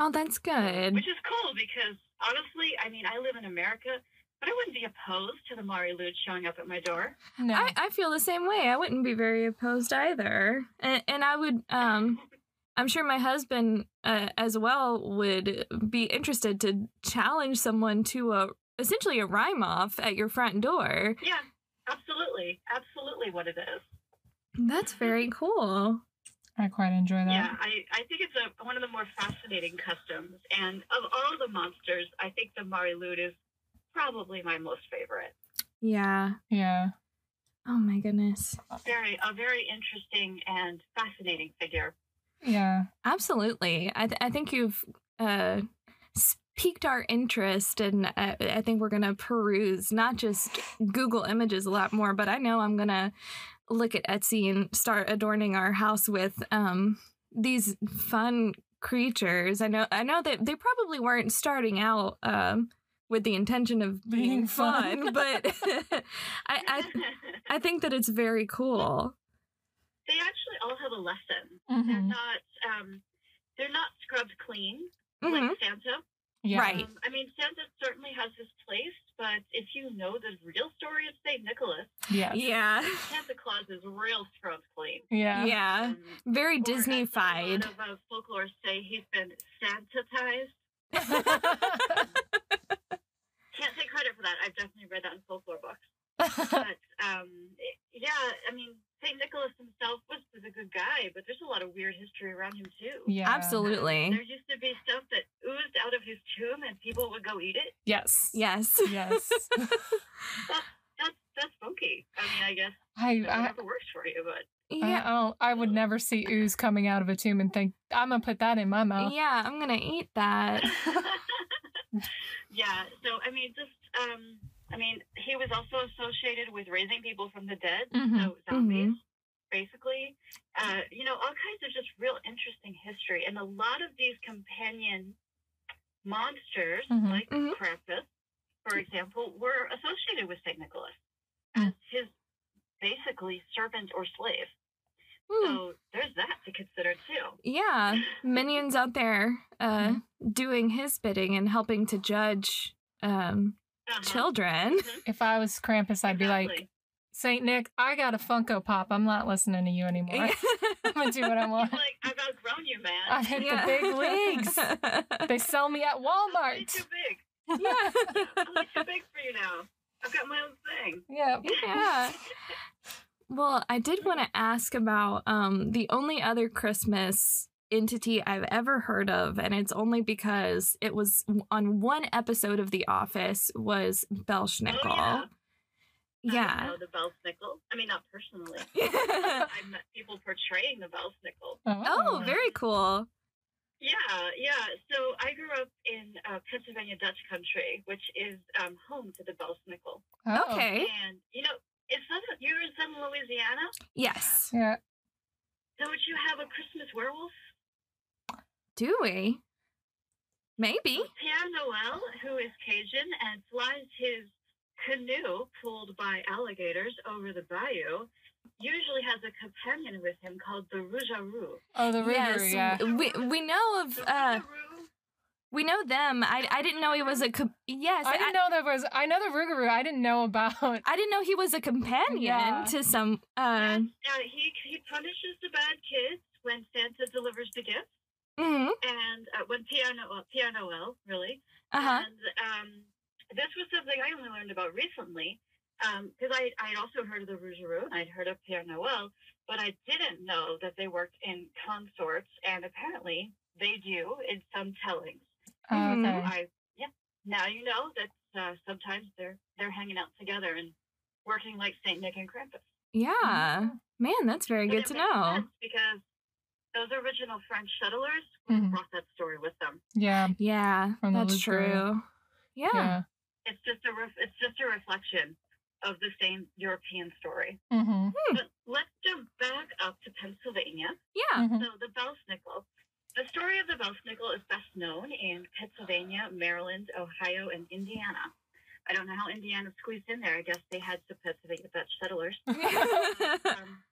Speaker 3: Oh, that's good.
Speaker 4: Which is cool because honestly, I mean, I live in America, but I wouldn't be opposed to the Mari Lude showing up at my door.
Speaker 2: No.
Speaker 3: I, I feel the same way. I wouldn't be very opposed either. And, and I would, um, I'm sure my husband uh, as well would be interested to challenge someone to a essentially a rhyme off at your front door.
Speaker 4: yeah, absolutely, absolutely, what it is.
Speaker 3: That's very cool.
Speaker 2: I quite enjoy that.
Speaker 4: Yeah, I, I think it's a, one of the more fascinating customs. And of all the monsters, I think the Marilud is probably my most favorite.
Speaker 3: Yeah.
Speaker 2: Yeah.
Speaker 3: Oh my goodness.
Speaker 4: Very a very interesting and fascinating figure.
Speaker 2: Yeah.
Speaker 3: Absolutely. I, th- I think you've uh, s- piqued our interest, and I, I think we're going to peruse not just Google images a lot more, but I know I'm going to look at Etsy and start adorning our house with um, these fun creatures. I know I know that they probably weren't starting out um, with the intention of being,
Speaker 2: Being
Speaker 3: fun,
Speaker 2: fun.
Speaker 3: but I, I I think that it's very cool.
Speaker 4: they actually all have a lesson.
Speaker 3: Mm-hmm.
Speaker 4: They're
Speaker 2: Mhm.
Speaker 4: not um, they're not scrubbed clean
Speaker 3: Mhm.
Speaker 4: like Santa.
Speaker 2: yeah.
Speaker 3: Right.
Speaker 4: Um, I mean, Santa certainly has his place, but if you know the real story of Saint Nicholas,
Speaker 2: Yeah.
Speaker 3: Yeah.
Speaker 4: Santa Claus is real scrubbed clean.
Speaker 2: Yeah.
Speaker 3: Yeah.
Speaker 4: Um,
Speaker 3: Very
Speaker 4: or as
Speaker 3: Uh, Disney-fied.
Speaker 4: A lot of uh, folklore say he's been sanitized. Can't take credit for that. I've definitely read that in folklore books. but um, it- yeah, I mean, Saint Nicholas himself was, was a good guy, but there's a lot of weird history around him too. Um,
Speaker 2: yeah.
Speaker 3: Absolutely.
Speaker 4: There used to be stuff that oozed out of his tomb, and people would go eat it.
Speaker 2: Yes.
Speaker 3: Yes.
Speaker 2: Yes.
Speaker 4: That's that's spooky. I mean, I guess
Speaker 3: uh,
Speaker 2: I,
Speaker 4: whatever works for you, but
Speaker 2: I,
Speaker 3: Yeah.
Speaker 2: I don't. I would never see ooze coming out of a tomb and think I'm gonna put that in my mouth.
Speaker 3: Yeah, I'm gonna eat that.
Speaker 4: yeah. So I mean, just um, I mean, he was also associated with raising people from the dead,
Speaker 3: Mm-hmm.
Speaker 2: Mhm.
Speaker 4: so zombies. Basically, uh, you know, all kinds of just real interesting history, and a lot of these companion monsters,
Speaker 2: Mhm.
Speaker 4: like
Speaker 3: Mhm.
Speaker 4: Krampus,
Speaker 2: Mm-hmm.
Speaker 4: for example, were associated with Saint Nicholas
Speaker 2: Hmm.
Speaker 4: as his basically servant or slave.
Speaker 3: Hmm.
Speaker 4: So there's that to consider too.
Speaker 2: Uh,
Speaker 3: Yeah, minions out there uh,
Speaker 2: Mm-hmm.
Speaker 3: doing his bidding and helping to judge um,
Speaker 4: Uh-huh.
Speaker 3: children.
Speaker 4: Mhm.
Speaker 2: If I was Krampus, I'd be like,
Speaker 4: Exactly.
Speaker 2: Saint Nick, I got a Funko Pop. I'm not listening to you anymore. I'm gonna do what I want.
Speaker 4: He's like, I've outgrown you, man.
Speaker 2: I've hit the big leagues. They sell me at
Speaker 4: I'm way
Speaker 2: Walmart.
Speaker 4: too big.
Speaker 3: yeah.
Speaker 4: I'm way too big for you now. I've got my own thing.
Speaker 2: Yeah.
Speaker 3: yeah. Well, I did want to ask about um, the only other Christmas entity I've ever heard of, and it's only because it was on one episode of The Office was
Speaker 2: Oh,
Speaker 3: Belschnickel.
Speaker 4: yeah. I
Speaker 3: yeah.
Speaker 4: know the Belsnickel. I mean, not personally. I've met people portraying the Belsnickel.
Speaker 3: oh, very cool.
Speaker 4: Yeah, yeah. So I grew up in uh, Pennsylvania Dutch country, which is um, home to the Belsnickel.
Speaker 2: Oh.
Speaker 3: Okay.
Speaker 4: And, you know, in southern, you're in southern Louisiana.
Speaker 3: Yes.
Speaker 2: Yeah.
Speaker 4: Don't you have a Christmas werewolf?
Speaker 3: Do we? Maybe.
Speaker 4: Pierre Noel, who is Cajun and flies his canoe pulled by alligators over the bayou, usually has a companion with him called the Rougarou.
Speaker 2: Oh, the river.
Speaker 3: yes.
Speaker 2: Yeah.
Speaker 3: We we know of
Speaker 4: The
Speaker 3: uh
Speaker 4: Rougarou,
Speaker 3: we know them. I I didn't know he was a co- yes.
Speaker 2: I didn't know there was. I know the Rougarou. I didn't know about. uh,
Speaker 3: I didn't know he was a companion
Speaker 2: Yeah.
Speaker 3: to some uh
Speaker 4: and, uh, he, he punishes the bad kids when Santa delivers the gifts,
Speaker 3: mhm,
Speaker 4: and uh, when Pierre Noel, Pierre Noel really,
Speaker 3: uh-huh.
Speaker 4: And um, this was something I only learned about recently because I I had also heard of the Rougerou and I'd heard of Pierre Noel, but I didn't know that they worked in consorts, and apparently they do in some tellings.
Speaker 2: Oh,
Speaker 4: So
Speaker 2: okay.
Speaker 3: Mm-hmm.
Speaker 4: I yeah, now you know that uh, sometimes they're they're hanging out together and working like Saint Nick and Krampus.
Speaker 3: Yeah.
Speaker 2: Mm-hmm.
Speaker 3: Man, that's very
Speaker 4: But
Speaker 3: good
Speaker 4: it
Speaker 3: to
Speaker 4: makes
Speaker 3: know.
Speaker 4: sense because those original French settlers would
Speaker 3: Mm-hmm.
Speaker 2: Mhm.
Speaker 4: have brought that story with them.
Speaker 2: Yeah.
Speaker 3: Yeah,
Speaker 2: From the
Speaker 3: that's
Speaker 2: Luke
Speaker 3: true.
Speaker 2: Rowe.
Speaker 3: Yeah.
Speaker 2: Yeah.
Speaker 4: It's just a ref- it's just a reflection of the same European story.
Speaker 2: Mm-hmm.
Speaker 4: But let's jump back up to Pennsylvania.
Speaker 3: Yeah.
Speaker 2: hmm
Speaker 4: So the Belsnickel. The story of the Belsnickel is best known in Pennsylvania, Maryland, Ohio, and Indiana. I don't know how Indiana squeezed in there. I guess they had some Pennsylvania Dutch settlers.
Speaker 2: Mm-hmm.
Speaker 4: Um,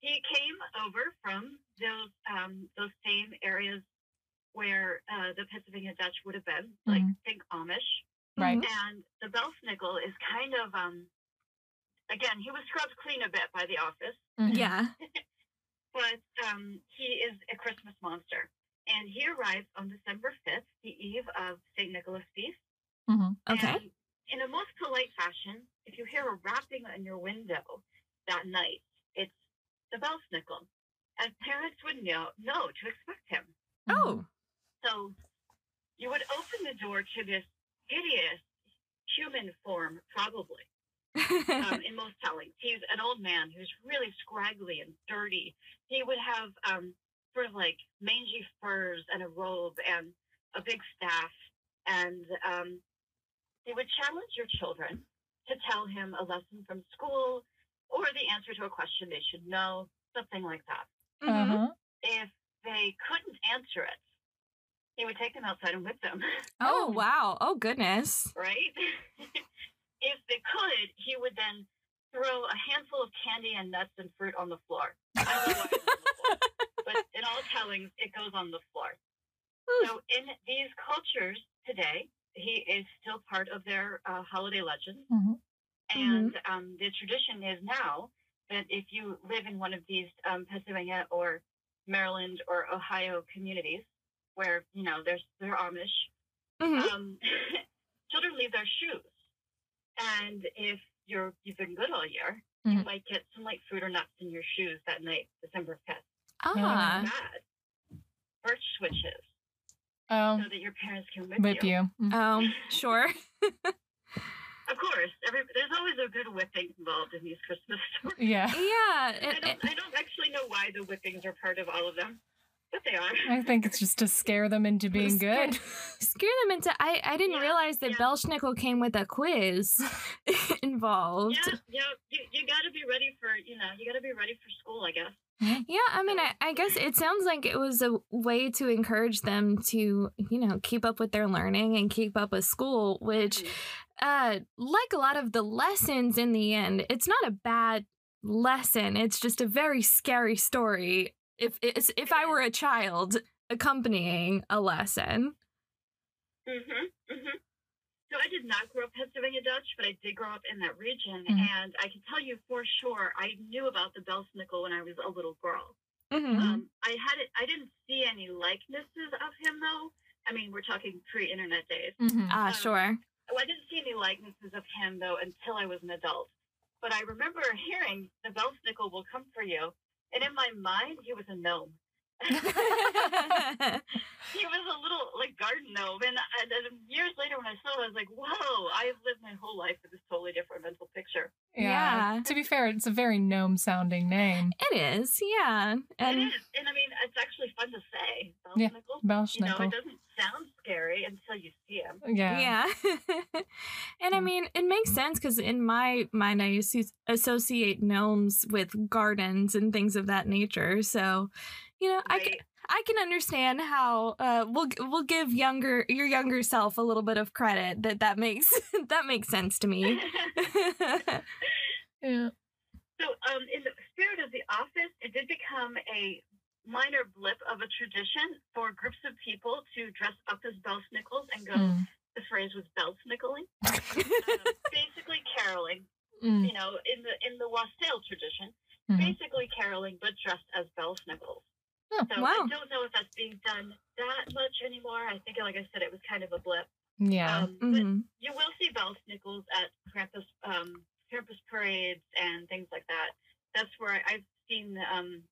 Speaker 4: he came over from those um, those same areas where uh, the Pennsylvania Dutch would have been, like
Speaker 2: Mhm.
Speaker 4: think Amish.
Speaker 2: Right.
Speaker 4: And the Belsnickel is kind of, um, again, he was scrubbed clean a bit by the office,
Speaker 2: Mhm.
Speaker 3: Yeah.
Speaker 4: but um, he is a Christmas monster. And he arrives on December 5th, the eve of St. Nicholas Feast.
Speaker 2: Mhm.
Speaker 3: Okay.
Speaker 4: And in a most polite fashion, if you hear a rapping on your window that night, it's the Belsnickel. and parents would know know to expect him.
Speaker 2: Mm-hmm.
Speaker 3: Oh,
Speaker 4: So you would open the door to this hideous human form, probably, um, in most tellings. He's an old man who's really scraggly and dirty. He would have um, sort of like mangy furs and a robe and a big staff. And um, they would challenge your children to tell him a lesson from school or the answer to a question they should know, something like that
Speaker 2: Uh
Speaker 3: Mhm.
Speaker 2: huh.
Speaker 4: if they couldn't answer it, he would take them outside and whip them,
Speaker 3: oh wow, oh goodness.
Speaker 4: right? if they could, he would then throw a handful of candy and nuts and fruit on the floor. I don't know why it's on the floor, but in all tellings, it goes on the floor. So in these cultures today, he is still part of their uh, holiday legend.
Speaker 2: Mhm.
Speaker 4: And um, the tradition is now that if you live in one of these um, Pennsylvania or Maryland or Ohio communities where, you know, there's, they're Amish,
Speaker 3: Mhm.
Speaker 4: um, children leave their shoes. And if you're, you've been good all year, you
Speaker 2: Mhm.
Speaker 4: might get some like fruit or nuts in your shoes that night, December 5th.
Speaker 3: Ah,
Speaker 4: Bad. Birch switches so
Speaker 2: Um,
Speaker 4: that your parents can whip,
Speaker 2: whip you. Mm.
Speaker 3: oh sure.
Speaker 4: Of course, every, there's always a good whipping involved in these Christmas stories.
Speaker 2: Yeah.
Speaker 3: Yeah,
Speaker 4: I
Speaker 3: it,
Speaker 4: don't,
Speaker 3: it-
Speaker 4: I don't actually know why the whippings are part of all of them, but they are.
Speaker 2: I think it's just to scare them into being
Speaker 3: Scare-
Speaker 2: good.
Speaker 3: Scare them into. I I didn't
Speaker 4: Yeah,
Speaker 3: realize that
Speaker 4: yeah.
Speaker 3: Belschnickel came with a quiz involved.
Speaker 4: Yeah, yeah. You, you got to be ready for you know you got to be ready for school, I guess.
Speaker 3: Yeah, I mean, I, I guess it sounds like it was a way to encourage them to, you know, keep up with their learning and keep up with school, which, uh, like a lot of the lessons in the end, it's not a bad lesson. It's just a very scary story. If it's, if I were a child accompanying a lesson,
Speaker 4: Mm-hmm. Mm-hmm. So I did not grow up Pennsylvania Dutch, but I did grow up in that region,
Speaker 2: Mhm.
Speaker 4: and I can tell you for sure I knew about the Belsnickel when I was a little girl.
Speaker 2: Mm-hmm.
Speaker 4: Um, I had it. I didn't see any likenesses of him though. I mean, we're talking pre-internet days.
Speaker 2: Mhm.
Speaker 3: ah,
Speaker 4: um,
Speaker 3: sure.
Speaker 4: Oh, I didn't see any likenesses of him though until I was an adult. But I remember hearing the Belsnickel will come for you, and in my mind he was a gnome. He was a little like garden gnome, and, and then years later when I saw it, I was like, "Whoa! I've lived my whole life with this totally different mental picture."
Speaker 2: yeah.
Speaker 3: yeah.
Speaker 2: To be fair, it's a very gnome sounding name.
Speaker 3: it is, yeah,
Speaker 4: it
Speaker 3: and
Speaker 4: is, and I mean, it's actually fun to say
Speaker 2: Yeah,
Speaker 4: Belsnickel. you know,
Speaker 2: Belschnickel.
Speaker 4: it doesn't sound scary until you see him.
Speaker 2: Yeah.
Speaker 3: yeah and i
Speaker 2: Yeah.
Speaker 3: mean it makes sense because in my mind i asso- associate gnomes with gardens and things of that nature so you know I, c-
Speaker 4: Right?
Speaker 3: I can understand how uh, we'll g- we'll give younger your younger self a little bit of credit that that makes that makes sense to me
Speaker 2: Yeah.
Speaker 4: So, um, in the spirit of the office, it did become a minor blip of a tradition for groups of people to dress up as Belsnickels and go,
Speaker 2: Mm.
Speaker 4: the phrase was Belsnickeling,
Speaker 3: Mm-hmm.
Speaker 4: um, basically caroling,
Speaker 2: Mm.
Speaker 4: you know, in the in the Wassail tradition,
Speaker 2: Mhm.
Speaker 4: basically caroling but dressed as Belsnickels.
Speaker 2: Oh,
Speaker 4: so
Speaker 3: wow.
Speaker 4: I don't know if that's being done that much anymore. I think, like I said, it was kind of a blip.
Speaker 2: Yeah. Mm-hmm.
Speaker 4: Um, but
Speaker 3: Mhm.
Speaker 4: you will see Belsnickels at Krampus, um, Krampus parades and things like that. That's where I, I've seen um,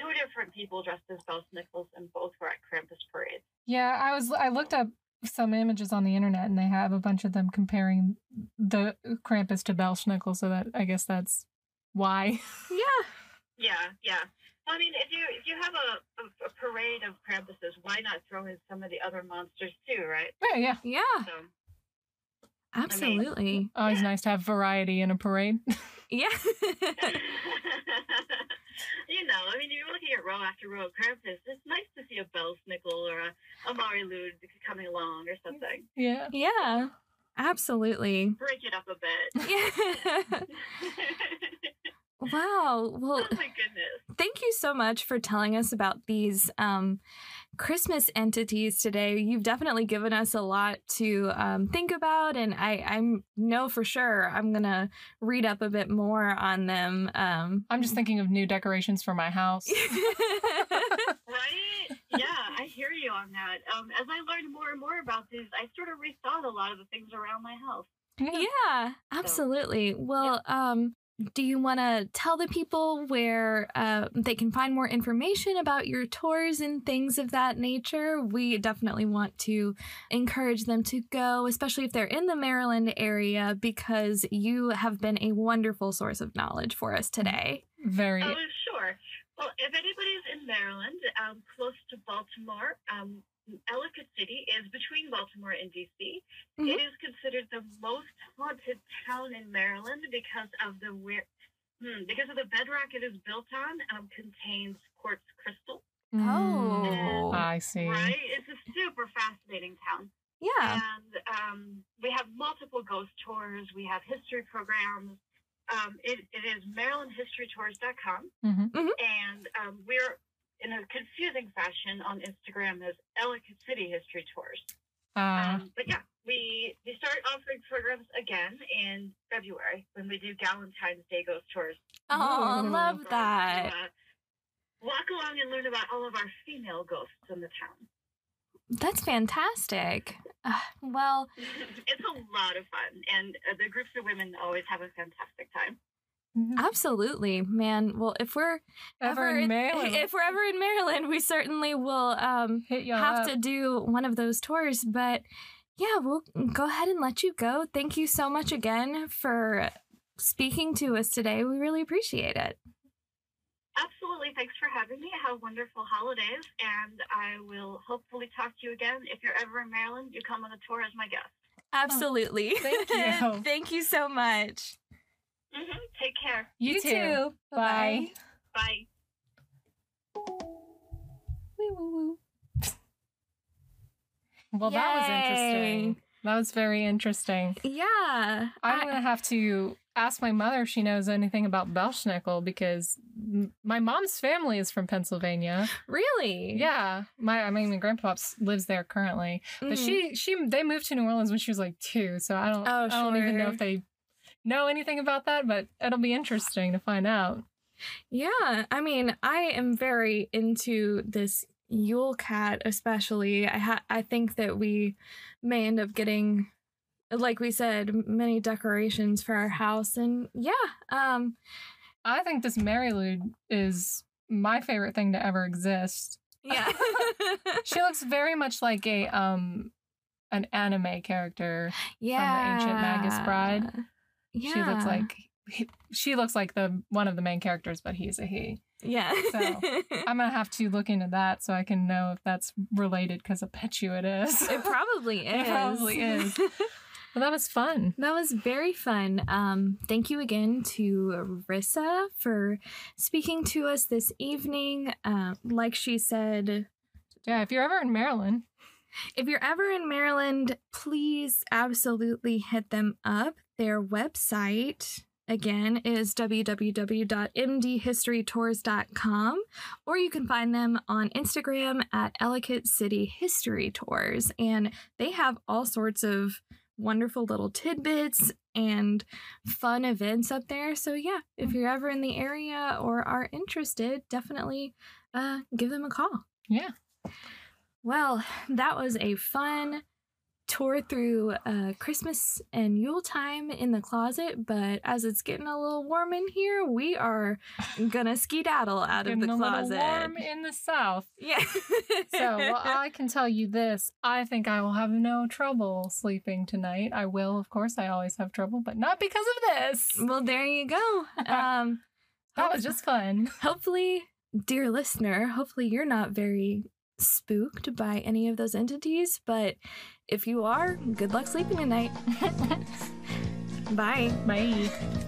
Speaker 4: two different people dressed as Belsnickels, and both were at Krampus parades.
Speaker 2: Yeah, I was I looked up some images on the internet and they have a bunch of them comparing the Krampus to Belschnickel, so that I guess that's why.
Speaker 3: yeah
Speaker 4: Yeah, yeah. I mean, if you if you have a, a, a parade of Krampuses, why not throw in some of the other monsters too, right?
Speaker 2: Yeah, yeah.
Speaker 3: yeah
Speaker 4: So
Speaker 3: absolutely
Speaker 2: Always
Speaker 4: Yeah.
Speaker 2: nice to have variety in a parade.
Speaker 3: yeah
Speaker 4: you know, I mean, you're looking at row after row of Krampus. It's nice to see a Belsnickel or a, a Marilude coming along or something.
Speaker 2: yeah.
Speaker 3: yeah absolutely
Speaker 4: Break it up a bit.
Speaker 3: yeah wow well
Speaker 4: oh my goodness.
Speaker 3: thank you so much for telling us about these um, Christmas entities today. You've definitely given us a lot to um, think about, and I I know for sure I'm gonna read up a bit more on them. Um,
Speaker 2: I'm just thinking of new decorations for my house.
Speaker 4: Right? Yeah, I hear you on that. Um, as I learned more and more about these, I sort of rethought a lot of the things around my house.
Speaker 3: yeah, absolutely. Well, um, do you want to tell the people where uh, they can find more information about your tours and things of that nature? We definitely want to encourage them to go, especially if they're in the Maryland area, because you have been a wonderful source of knowledge for us today.
Speaker 2: Very.
Speaker 4: Oh, sure. Well, if anybody's in Maryland, um, close to Baltimore, um, Ellicott City is between Baltimore and DC.
Speaker 3: Mhm.
Speaker 4: It is considered the most haunted town in Maryland because of the where, hmm, because of the bedrock it is built on. Um, contains quartz crystal.
Speaker 3: Oh.
Speaker 2: Mm, I see.
Speaker 4: Right, it's a super fascinating town.
Speaker 3: Yeah.
Speaker 4: And um, we have multiple ghost tours. We have history programs. Um, it, it is MarylandHistoryTours.com,
Speaker 2: hmm
Speaker 4: and um, we're in a confusing fashion on Instagram as Ellicott City History Tours.
Speaker 3: Uh-huh.
Speaker 2: Uh,
Speaker 4: Um, but yeah, we we start offering programs again in February when we do Valentine's Day ghost tours.
Speaker 3: Oh,
Speaker 2: Ooh.
Speaker 3: love
Speaker 4: So,
Speaker 3: that.
Speaker 4: uh, walk along and learn about all of our female ghosts in the town.
Speaker 3: That's fantastic. Uh, well,
Speaker 4: it's a lot of fun, and uh, the groups of women always have a fantastic time.
Speaker 2: mm-hmm.
Speaker 3: absolutely, man. Well, if we're
Speaker 2: ever in Maryland.
Speaker 3: if we're ever in Maryland, we certainly will um,
Speaker 2: Hit y'all
Speaker 3: have
Speaker 2: up.
Speaker 3: to do one of those tours. But yeah, we'll go ahead and let you go. Thank you so much again for speaking to us today. We really appreciate it.
Speaker 4: Absolutely, thanks for having me. Have wonderful holidays, and I will hopefully talk to you again. If you're ever in Maryland, you come on a tour as my guest.
Speaker 3: Absolutely.
Speaker 2: thank you.
Speaker 3: thank you so much.
Speaker 4: hmm Take care.
Speaker 2: you, too. Bye.
Speaker 4: Bye.
Speaker 3: Woo, woo, woo.
Speaker 2: Well, that was interesting.
Speaker 3: Yay.
Speaker 2: That was very interesting.
Speaker 3: Yeah.
Speaker 2: I'm gonna have to ask my mother if she knows anything about Belschnickel because m- my mom's family is from Pennsylvania.
Speaker 3: really?
Speaker 2: Yeah, my I mean my grandpops lives there currently, but
Speaker 3: Mhm.
Speaker 2: she she they moved to New Orleans when she was like two, so I don't
Speaker 3: Oh,
Speaker 2: I don't even know
Speaker 3: sure.
Speaker 2: if they know anything about that, but it'll be interesting to find out.
Speaker 3: Yeah, I mean, I am very into this Yule Cat, especially. I ha- I think that we may end up getting, like we said, many decorations for our house, and yeah, um,
Speaker 2: I think this Marylude is my favorite thing to ever exist.
Speaker 3: yeah,
Speaker 2: She looks very much like a um an anime character.
Speaker 3: yeah.
Speaker 2: Magus Bride.
Speaker 3: Yeah,
Speaker 2: She looks like he, she looks like the one of the main characters, but he's a he.
Speaker 3: yeah.
Speaker 2: So, I'm gonna have to look into that so I can know if that's related because I bet you it is.
Speaker 3: it probably is.
Speaker 2: It probably is. well, that was fun.
Speaker 3: That was very fun. Um, thank you again to Rissa for speaking to us this evening. Um, like she said,
Speaker 2: Yeah, if you're ever in Maryland,
Speaker 3: if you're ever in Maryland, please absolutely hit them up. Their website, again, is www.mdhistorytours.com, or you can find them on Instagram at Ellicott City History Tours. And they have all sorts of wonderful little tidbits and fun events up there. So, yeah,
Speaker 2: Mm.
Speaker 3: if you're ever in the area or are interested, definitely uh, give them a call.
Speaker 2: yeah,
Speaker 3: Well, that was a fun tour through uh, Christmas and Yule time in the closet. But as it's getting a little warm in here, we are gonna skedaddle out
Speaker 2: Getting
Speaker 3: of the
Speaker 2: a little
Speaker 3: closet.
Speaker 2: warm in the south.
Speaker 3: Yeah.
Speaker 2: So well, I can tell you this: I think I will have no trouble sleeping tonight. I will, of course. I always have trouble, but not because of this.
Speaker 3: well, there you go. Um,
Speaker 2: That was just fun.
Speaker 3: hopefully, dear listener, hopefully you're not very spooked by any of those entities. But if you are, good luck sleeping tonight. Bye.
Speaker 2: Bye.